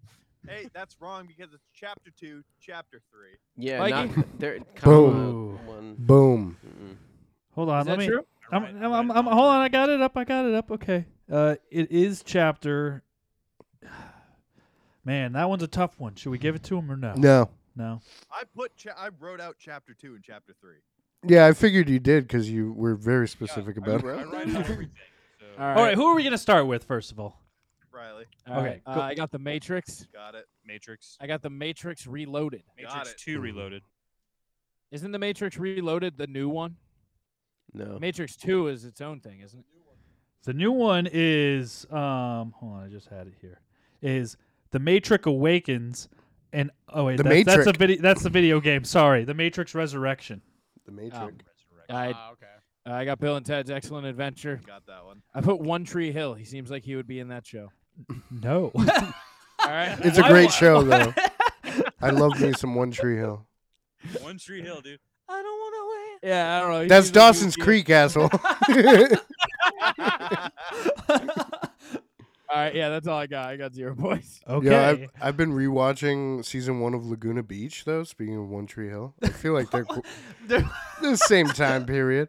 Speaker 2: Hey, that's wrong because it's chapter two, chapter three.
Speaker 3: Yeah,
Speaker 7: Mikey?
Speaker 3: not, there,
Speaker 8: Boom.
Speaker 3: comma, One.
Speaker 8: Boom.
Speaker 3: mm-mm.
Speaker 1: Hold on,
Speaker 7: Is
Speaker 1: let
Speaker 7: that
Speaker 1: me.
Speaker 7: true?
Speaker 1: I'm,
Speaker 5: Right,
Speaker 1: I'm,
Speaker 5: right,
Speaker 1: I'm, I'm-
Speaker 5: right.
Speaker 1: hold on, I got it up. I got it up. Okay. Uh, it is chapter. Man, that one's a tough one. Should we give it to him or no?
Speaker 7: Oh.
Speaker 8: No.
Speaker 1: No.
Speaker 2: I put cha- I wrote out chapter two and chapter three.
Speaker 8: Yeah, I figured you did because you were very specific
Speaker 5: I
Speaker 8: about
Speaker 5: wrote- I
Speaker 8: it.
Speaker 5: write out everything. So,
Speaker 7: All right.
Speaker 1: All right. Who are we gonna start with first of all?
Speaker 2: Riley,
Speaker 7: all
Speaker 1: okay,
Speaker 7: right.
Speaker 1: go-
Speaker 7: Uh, I got the Matrix.
Speaker 2: got it.
Speaker 5: Matrix.
Speaker 7: I got the Matrix Reloaded.
Speaker 2: Got
Speaker 5: Matrix
Speaker 2: it.
Speaker 5: Two Reloaded.
Speaker 7: Isn't the Matrix Reloaded the new one?
Speaker 3: No.
Speaker 7: Matrix Two is its own thing, isn't it?
Speaker 1: The new one is um hold on, I just had it here. Is The Matrix Awakens and oh wait,
Speaker 8: The
Speaker 1: that's, that's a
Speaker 8: Matrix.
Speaker 1: video that's the video game. Sorry. The Matrix Resurrection.
Speaker 8: The Matrix.
Speaker 7: Oh, I
Speaker 6: Ah, okay.
Speaker 7: I got Bill and Ted's Excellent Adventure.
Speaker 2: Got that one.
Speaker 7: I put One Tree Hill. He seems like he would be in that show.
Speaker 1: No.
Speaker 7: All right.
Speaker 8: It's a
Speaker 1: Why
Speaker 8: great
Speaker 1: wa-
Speaker 8: show, though. I love me some One Tree Hill.
Speaker 5: One Tree Hill, dude.
Speaker 7: Yeah, I don't know. He
Speaker 8: That's
Speaker 7: seems like he would
Speaker 8: Dawson's
Speaker 7: be-
Speaker 8: Creek, asshole.
Speaker 7: All right. Yeah, that's all I got. I got zero points.
Speaker 1: okay.
Speaker 8: Yeah, I've, I've been rewatching season one of Laguna Beach, though. Speaking of One Tree Hill, I feel like they're qu- the same time period.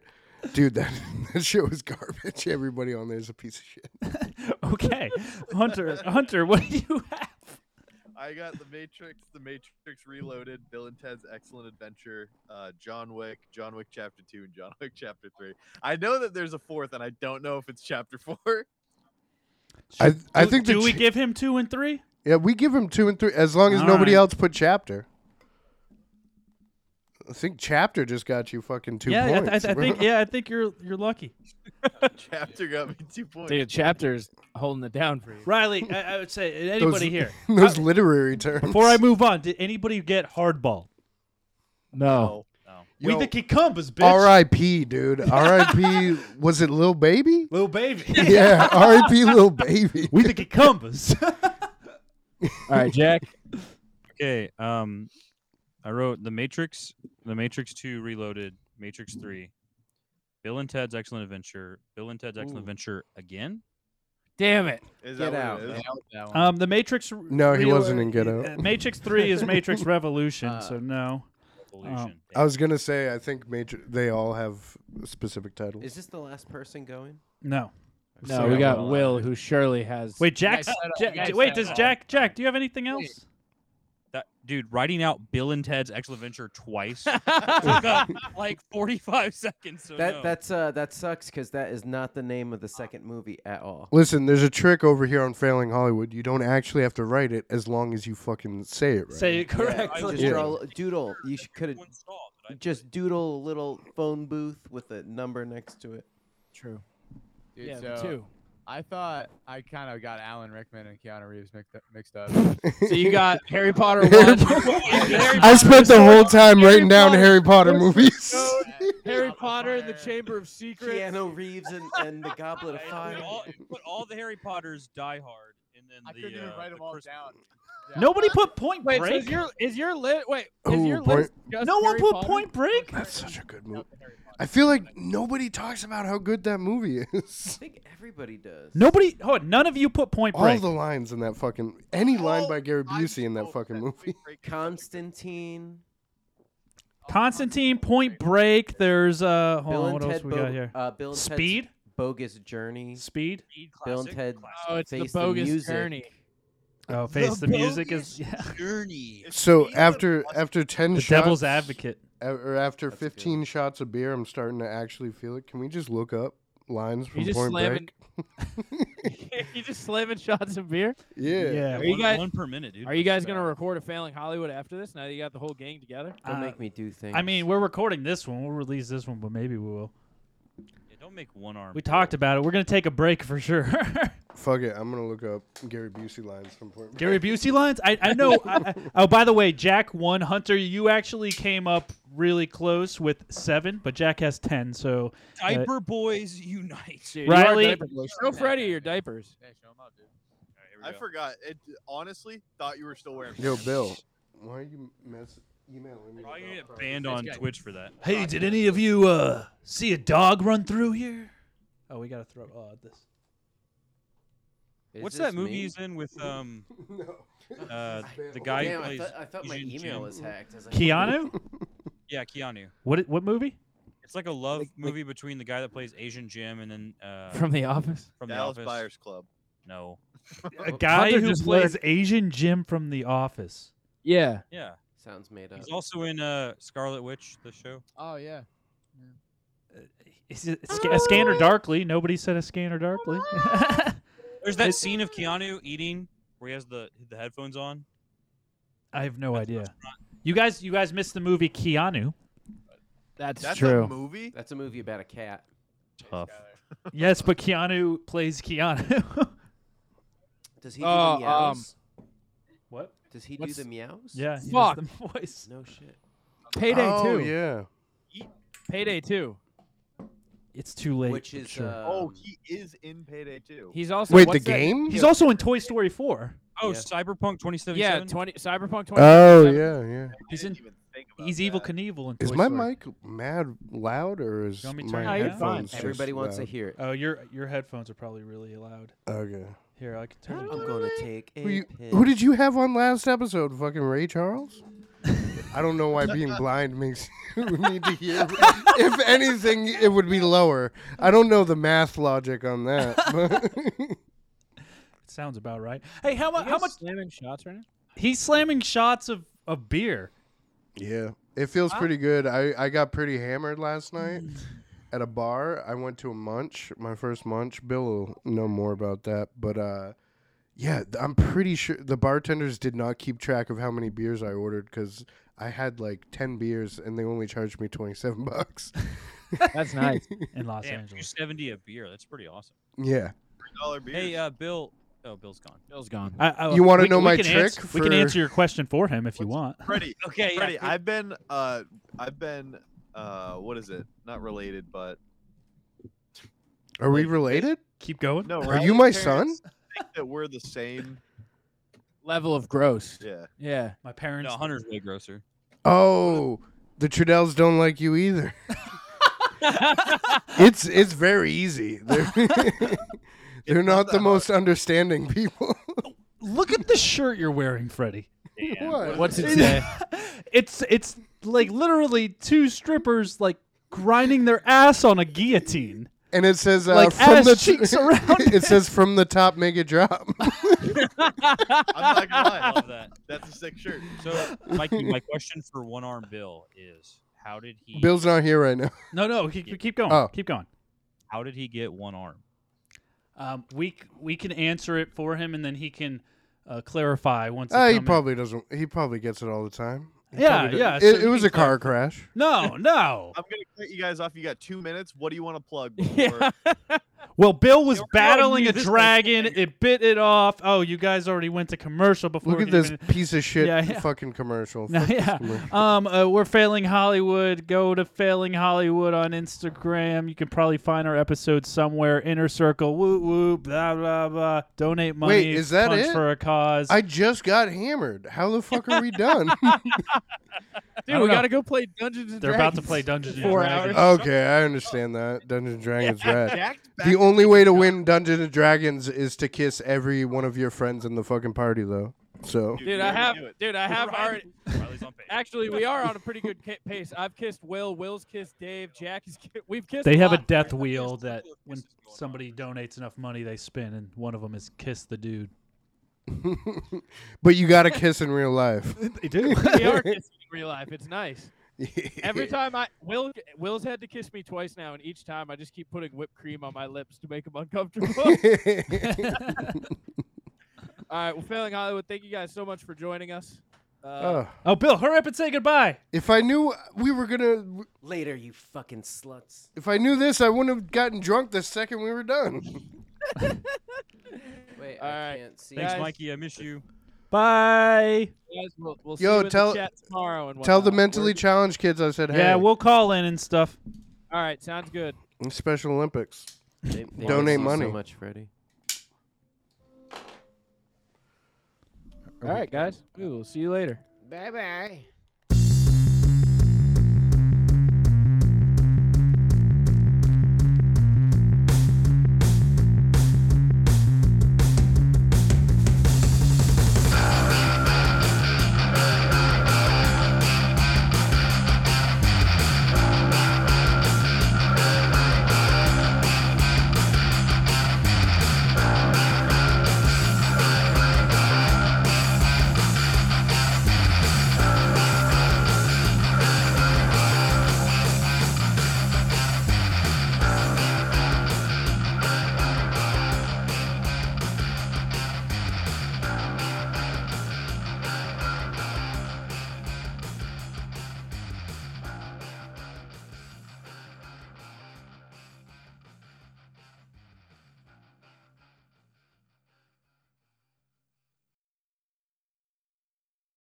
Speaker 8: Dude, that, that show is garbage. Everybody on there is a piece of shit.
Speaker 1: okay. Hunter, Hunter, what do you have?
Speaker 2: I got the Matrix, the Matrix Reloaded, Bill and Ted's Excellent Adventure, uh, John Wick, John Wick Chapter Two, and John Wick Chapter Three. I know that there's a fourth, and I don't know if it's Chapter Four.
Speaker 8: I I
Speaker 1: Do-
Speaker 8: think the
Speaker 1: do we
Speaker 8: ch-
Speaker 1: give him 2 and 3?
Speaker 8: yeah we give him two and three as long as
Speaker 1: All
Speaker 8: nobody
Speaker 1: right.
Speaker 8: else put chapter. I think chapter just got you fucking two
Speaker 1: yeah, I th-
Speaker 8: points.
Speaker 1: I, th- I think yeah, I think you're you're lucky.
Speaker 2: chapter got me two points.
Speaker 7: Dude, chapter's holding it down for you.
Speaker 1: Riley, I, I would say uh,
Speaker 8: Those-
Speaker 1: anybody here.
Speaker 8: those literary terms.
Speaker 1: Before I move on, did anybody get hardball?
Speaker 7: No.
Speaker 1: we
Speaker 8: Yo,
Speaker 1: the cucumbers, bitch.
Speaker 8: R.I.P. Dude, R.I.P. was it Lil Baby?
Speaker 1: Little baby.
Speaker 8: Yeah, R.I.P. Lil Baby.
Speaker 1: we the cucumbers.
Speaker 7: All right, Jack.
Speaker 5: Okay. Um, I wrote The Matrix, The Matrix Two Reloaded, Matrix Three, Bill and Ted's Excellent Adventure, Bill and Ted's Excellent
Speaker 3: Ooh.
Speaker 5: Adventure again.
Speaker 7: Damn it.
Speaker 2: Is
Speaker 3: Get
Speaker 2: that
Speaker 3: out,
Speaker 2: what it
Speaker 3: man.
Speaker 2: is?
Speaker 1: Um, the Matrix. r-
Speaker 8: No, he
Speaker 1: real-
Speaker 8: wasn't in Get Out.
Speaker 1: uh, Matrix Three is Matrix Revolution,
Speaker 6: Uh,
Speaker 1: so no.
Speaker 5: Revolution.
Speaker 8: I was gonna say I think major they all have specific titles.
Speaker 3: Is this the last person going?
Speaker 1: No.
Speaker 7: No,
Speaker 3: Sorry,
Speaker 7: we
Speaker 3: I'm
Speaker 7: got
Speaker 3: not-
Speaker 7: Will, who surely has.
Speaker 1: Wait, Jack's.
Speaker 7: You guys
Speaker 1: Ja-
Speaker 7: said it all. You
Speaker 1: wait,
Speaker 7: guys said
Speaker 1: does
Speaker 7: it all.
Speaker 1: Jack? Jack, do you have anything else?
Speaker 5: That dude writing out Bill and Ted's Excellent Adventure twice took up like forty-five seconds. So
Speaker 3: That
Speaker 5: no.
Speaker 3: that's uh that sucks because that is not the name of the second movie at all.
Speaker 8: Listen, there's a trick over here on Failing Hollywood. You don't actually have to write it as long as you fucking say it right.
Speaker 1: Say it
Speaker 3: Yeah,
Speaker 1: correct.
Speaker 5: I was
Speaker 3: just
Speaker 8: Yeah.
Speaker 3: draw a doodle. You could have
Speaker 5: One stall, but I-
Speaker 3: just doodle a little phone booth with a number next to it.
Speaker 7: True.
Speaker 6: Dude,
Speaker 7: yeah,
Speaker 6: so
Speaker 7: the two.
Speaker 6: I thought I kind of got Alan Rickman and Keanu Reeves mixed up. Mixed up.
Speaker 7: So you got Harry Potter one,
Speaker 8: Harry
Speaker 7: Harry,
Speaker 8: I spent the whole time
Speaker 7: Harry
Speaker 8: writing down
Speaker 7: Potter.
Speaker 8: Harry Potter movies.
Speaker 7: Harry Potter and the Chamber of Secrets.
Speaker 3: Keanu Reeves and, and the Goblet of
Speaker 5: I
Speaker 3: Fire.
Speaker 5: put all, put all the Harry Potter's Die Hard, and then
Speaker 6: I
Speaker 5: the,
Speaker 6: couldn't even
Speaker 5: uh,
Speaker 6: write
Speaker 5: the
Speaker 6: them all
Speaker 5: Chris-
Speaker 6: down.
Speaker 1: Nobody put Point
Speaker 7: Wait, so
Speaker 1: Break.
Speaker 7: is your is your lit? Wait, is
Speaker 8: Ooh,
Speaker 7: your
Speaker 8: Point-
Speaker 7: list? just
Speaker 1: no one
Speaker 7: Harry
Speaker 1: put
Speaker 7: Potter?
Speaker 1: Point Break.
Speaker 8: That's such a good movie. I feel like nobody talks about how good that movie
Speaker 3: I
Speaker 8: is.
Speaker 3: think everybody does.
Speaker 1: Nobody. Hold on, none of you put Point
Speaker 8: All
Speaker 1: Break.
Speaker 8: the lines in that fucking any line by Gary
Speaker 2: I'm
Speaker 8: Busey in that
Speaker 2: so
Speaker 8: fucking
Speaker 2: upset.
Speaker 8: movie.
Speaker 2: Wait, break.
Speaker 3: Constantine.
Speaker 1: Constantine, Point Break. There's uh. Hold
Speaker 3: Bill
Speaker 1: on,
Speaker 3: and
Speaker 1: what
Speaker 3: Ted
Speaker 1: else we
Speaker 3: Bo-
Speaker 1: got here?
Speaker 3: Uh, Bill and Ted's
Speaker 1: Speed.
Speaker 3: Bogus Journey.
Speaker 1: Speed.
Speaker 5: Speed,
Speaker 3: Bill and
Speaker 5: classic,
Speaker 3: Ted-
Speaker 5: classic.
Speaker 7: Oh, it's
Speaker 3: Face
Speaker 7: the
Speaker 3: the
Speaker 7: bogus
Speaker 3: music.
Speaker 7: journey.
Speaker 1: Oh, face the, music is yeah.
Speaker 5: Journey.
Speaker 2: Is
Speaker 8: So
Speaker 2: Speed the
Speaker 8: after
Speaker 2: best-
Speaker 8: after ten
Speaker 1: the
Speaker 8: shots,
Speaker 1: Devil's Advocate.
Speaker 8: a- or after
Speaker 3: That's good.
Speaker 8: fifteen shots of beer, I'm starting to actually feel it. Can we just look up lines from
Speaker 7: just
Speaker 8: Point
Speaker 7: slamming-
Speaker 8: Break?
Speaker 7: you just slamming shots of beer.
Speaker 8: yeah.
Speaker 1: Yeah.
Speaker 7: Are you
Speaker 5: one,
Speaker 7: guys-
Speaker 5: one per minute, dude.
Speaker 7: Are you guys gonna
Speaker 5: Sorry.
Speaker 7: record a failing Hollywood after this? Now that you got the whole gang together.
Speaker 3: Don't
Speaker 1: Uh,
Speaker 3: make me do things.
Speaker 1: I mean, we're recording this one. We'll release this one, but maybe we will.
Speaker 5: Yeah, don't make one arm.
Speaker 1: We talked
Speaker 5: pull.
Speaker 1: about it. We're gonna take a break for sure.
Speaker 8: Fuck it. I'm gonna look up Gary Busey lines from Point.
Speaker 1: Gary Busey lines. I, I know. I, I- oh, by the way, Jack one Hunter. You actually came up really close with seven, but Jack has ten. So uh,
Speaker 5: Diaper boys unite.
Speaker 4: Dude, you are
Speaker 1: Riley,
Speaker 4: diaper boy. Show Freddie your diapers.
Speaker 6: Hey, show 'em up, dude.
Speaker 2: I forgot. It honestly thought you were still wearing.
Speaker 8: Yo, Bill. Why are you mess emailing me?
Speaker 5: Probably
Speaker 8: about
Speaker 5: gonna get
Speaker 8: that?
Speaker 5: banned on Twitch for that.
Speaker 1: hey, did any of you uh, see a dog run through here? Oh, we gotta throw. Oh, this.
Speaker 3: Is
Speaker 5: What's that
Speaker 3: this
Speaker 5: movie
Speaker 3: me?
Speaker 5: he's in with um
Speaker 8: No.
Speaker 5: uh the
Speaker 8: Spam.
Speaker 5: guy
Speaker 3: Damn,
Speaker 5: who plays
Speaker 3: I thought, I thought my
Speaker 5: Eugene
Speaker 3: email
Speaker 5: Chin?
Speaker 3: was hacked. I was like,
Speaker 1: Keanu.
Speaker 5: yeah Keanu?
Speaker 1: What? What movie?
Speaker 5: It's like a love movie between the guy that plays Asian Jim and then uh
Speaker 4: From the office.
Speaker 5: from the
Speaker 2: Dallas
Speaker 5: office.
Speaker 2: Buyers Club.
Speaker 5: No.
Speaker 1: A guy
Speaker 4: Uh, Hunter
Speaker 1: who
Speaker 4: just
Speaker 1: plays
Speaker 4: learned-
Speaker 1: Asian Jim from The Office.
Speaker 4: Yeah.
Speaker 5: Yeah.
Speaker 3: Sounds made up.
Speaker 5: He's also in uh Scarlet Witch, the show.
Speaker 6: Oh yeah.
Speaker 1: Is it Sc- a Scanner Darkly? Nobody said a Scanner Darkly.
Speaker 5: There's that scene of Keanu eating where he has the the headphones on.
Speaker 1: I have no idea. You guys, you guys missed the movie Keanu.
Speaker 4: That's,
Speaker 2: That's
Speaker 4: true.
Speaker 2: a movie.
Speaker 3: That's a movie about a cat.
Speaker 5: Tough.
Speaker 1: Yes, but Keanu plays Keanu.
Speaker 3: Does he
Speaker 4: Oh,
Speaker 3: do the
Speaker 4: um,
Speaker 3: meows?
Speaker 1: what?
Speaker 3: Does he
Speaker 4: what's-
Speaker 3: do the meows?
Speaker 1: Yeah. he does
Speaker 4: Fuck.
Speaker 1: the voice.
Speaker 3: No shit.
Speaker 4: Payday
Speaker 8: oh,
Speaker 4: two.
Speaker 8: yeah.
Speaker 4: Payday two.
Speaker 1: It's too late.
Speaker 3: Which
Speaker 1: but
Speaker 3: is
Speaker 1: sure.
Speaker 3: uh,
Speaker 2: oh, he is in Payday too.
Speaker 4: He's also
Speaker 8: Wait, the
Speaker 4: what's that-
Speaker 8: game?
Speaker 1: He's also in Toy Story 4.
Speaker 5: Oh,
Speaker 3: Yeah.
Speaker 5: Cyberpunk 2077.
Speaker 4: Yeah, twenty Cyberpunk twenty.
Speaker 8: Oh yeah, yeah.
Speaker 1: He's
Speaker 2: I didn't
Speaker 1: in-
Speaker 2: even think about
Speaker 1: He's Evil
Speaker 2: that.
Speaker 1: Knievel in
Speaker 8: Is
Speaker 1: Toy
Speaker 8: my
Speaker 1: Story.
Speaker 8: mic mad loud or is
Speaker 1: You want me to turn
Speaker 8: my
Speaker 1: it down?
Speaker 8: headphones? just
Speaker 3: everybody wants
Speaker 8: loud?
Speaker 3: to hear it.
Speaker 1: Oh, your your headphones are probably really loud.
Speaker 8: Okay.
Speaker 1: Here, I can turn it
Speaker 3: I'm
Speaker 1: down.
Speaker 3: gonna take a
Speaker 8: Who, you,
Speaker 3: piss.
Speaker 8: who did you have on last episode? Fucking Ray Charles? I don't know why being blind makes you need to hear. If anything, it would be lower. I don't know the math logic on that. But
Speaker 1: Sounds about right. Hey, how, mu-
Speaker 4: You
Speaker 1: how
Speaker 4: guys
Speaker 1: much?
Speaker 4: slamming shots right now?
Speaker 1: He's slamming shots of, of beer.
Speaker 8: yeah, it feels pretty good. I, I got pretty hammered last night at a bar. I went to a munch, my first munch. Bill will know more about that. But uh, yeah, th- I'm pretty sure the bartenders did not keep track of how many beers I ordered because I had like 10 beers and they only charged me 27 bucks.
Speaker 4: That's nice.
Speaker 1: in Los
Speaker 5: Damn,
Speaker 1: Angeles.
Speaker 5: 270 a beer. That's pretty awesome.
Speaker 8: Yeah.
Speaker 2: Dollar beers.
Speaker 5: Hey, uh, Bill. Oh, Bill's gone.
Speaker 4: Bill's gone.
Speaker 1: I, I,
Speaker 8: You wanna
Speaker 1: we-
Speaker 8: know
Speaker 1: we
Speaker 8: my
Speaker 1: can
Speaker 8: trick
Speaker 1: ans- We can
Speaker 8: for-
Speaker 1: answer your question for him if you want.
Speaker 2: Freddie.
Speaker 5: Okay,
Speaker 2: Freddie, I've been uh I've been uh what is it? Not related, but
Speaker 8: Are we related?
Speaker 1: Keep going.
Speaker 2: no.
Speaker 8: Are
Speaker 2: Riley's
Speaker 8: you my son?
Speaker 2: parents Think that we're the same.
Speaker 4: Level of gross.
Speaker 2: Yeah.
Speaker 4: Yeah.
Speaker 1: My parents.
Speaker 5: no, Hunter's way grosser.
Speaker 8: Oh, the Trudells don't like you either. it's it's very easy. They're, they're
Speaker 2: It's not
Speaker 8: not
Speaker 2: that
Speaker 8: the most understanding people.
Speaker 1: Look at the shirt you're wearing, Freddie.
Speaker 8: what?
Speaker 4: What's it say?
Speaker 1: uh, it's it's like literally two strippers like grinding their ass on a guillotine.
Speaker 8: And it says uh,
Speaker 1: Like
Speaker 8: from
Speaker 1: ass
Speaker 8: the
Speaker 1: cheeks around
Speaker 8: It says from the top, make it drop.
Speaker 2: I'm not gonna
Speaker 5: I
Speaker 2: lie.
Speaker 5: love that.
Speaker 2: That's a sick shirt.
Speaker 5: So, Mikey, my question for one arm Bill is, how did he?
Speaker 8: Bill's not here right now.
Speaker 1: No, no, keep, keep going.
Speaker 8: Oh.
Speaker 1: Keep going.
Speaker 5: How did he get one arm?
Speaker 1: Um, we c- we can answer it for him, and then he can uh, clarify once. they
Speaker 8: Uh, he
Speaker 1: come in.
Speaker 8: probably doesn't. He probably gets it all the time. He
Speaker 1: Yeah,
Speaker 8: probably
Speaker 1: yeah,
Speaker 8: does- It,
Speaker 1: so
Speaker 8: it was
Speaker 1: he
Speaker 8: a car crash.
Speaker 1: No, no.
Speaker 2: I'm gonna cut you guys off. You got two minutes. What do you want to plug? Before?
Speaker 4: Yeah.
Speaker 1: Well, Bill was
Speaker 5: You're already
Speaker 1: battling
Speaker 5: knew
Speaker 1: a
Speaker 5: this was
Speaker 1: dragon.
Speaker 5: coming.
Speaker 1: It bit it off. Oh, you guys already went to commercial before.
Speaker 8: Look
Speaker 1: it
Speaker 8: at this
Speaker 1: even-
Speaker 8: piece of shit
Speaker 1: Yeah, yeah.
Speaker 8: fucking commercial.
Speaker 1: No,
Speaker 8: Fuck this
Speaker 1: yeah.
Speaker 8: commercial.
Speaker 1: Um, uh, we're failing Hollywood. Go to failing Hollywood on Instagram. You can probably find our episode somewhere. Inner Circle. Woo woo. Blah blah blah. Donate money.
Speaker 8: Wait, is that
Speaker 1: punch
Speaker 8: it?
Speaker 1: for a cause?
Speaker 8: I just got hammered. How the fuck are we done?
Speaker 4: Dude,
Speaker 1: don't
Speaker 4: we
Speaker 1: know.
Speaker 4: gotta go play Dungeons and
Speaker 1: They're about
Speaker 4: Dragons.
Speaker 1: to play Dungeons and
Speaker 4: Four
Speaker 1: Dragons.
Speaker 8: okay, I understand that. Dungeons and Dragons rad.
Speaker 2: Jack's back
Speaker 8: The
Speaker 2: to
Speaker 8: only
Speaker 2: taking
Speaker 8: way to
Speaker 2: shots.
Speaker 8: win Dungeons and Dragons is to kiss every one of your friends in the fucking party, though. So
Speaker 4: Dude, I
Speaker 2: you
Speaker 4: have.
Speaker 2: do it.
Speaker 4: Dude, I have already.
Speaker 5: Riley's on page.
Speaker 4: Actually, we are on a pretty good ca- pace. I've kissed Will. Will's kissed Dave. Jack is. ki- We've kissed.
Speaker 1: They have a
Speaker 4: lot.
Speaker 1: death wheel that
Speaker 5: Circle of
Speaker 1: when
Speaker 5: Kisses going on.
Speaker 1: somebody donates enough money, they spin, and one of them is kiss the dude.
Speaker 8: but you gotta kiss in real life.
Speaker 1: They do.
Speaker 4: We are kissing in real life. It's nice. Every time I Will Will's had to kiss me twice now, and each time I just keep putting whipped cream on my lips to make him uncomfortable. All right, well, failing Hollywood. Thank you guys so much for joining us. Uh,
Speaker 8: Oh,
Speaker 1: oh, Bill, hurry up and say goodbye.
Speaker 8: if I knew we were gonna,
Speaker 3: Later, you fucking sluts.
Speaker 8: if I knew this, I wouldn't have gotten drunk the second we were done.
Speaker 7: All
Speaker 3: I
Speaker 7: right.
Speaker 3: can't see.
Speaker 9: Thanks,
Speaker 7: Guys.
Speaker 9: Mikey. I miss you.
Speaker 1: Bye.
Speaker 7: Guys, we'll, we'll see
Speaker 8: Yo,
Speaker 7: you in the
Speaker 8: tell-
Speaker 7: chat tomorrow. And
Speaker 8: Tell the
Speaker 7: whatnot.
Speaker 8: mentally challenged kids I said, hey,
Speaker 1: Yeah, we'll call in and stuff.
Speaker 7: All right, sounds good.
Speaker 8: Special Olympics.
Speaker 3: They- they miss you
Speaker 8: Donate money.
Speaker 3: So much, Freddie.
Speaker 7: All right, guys, we will see you later.
Speaker 3: Bye bye.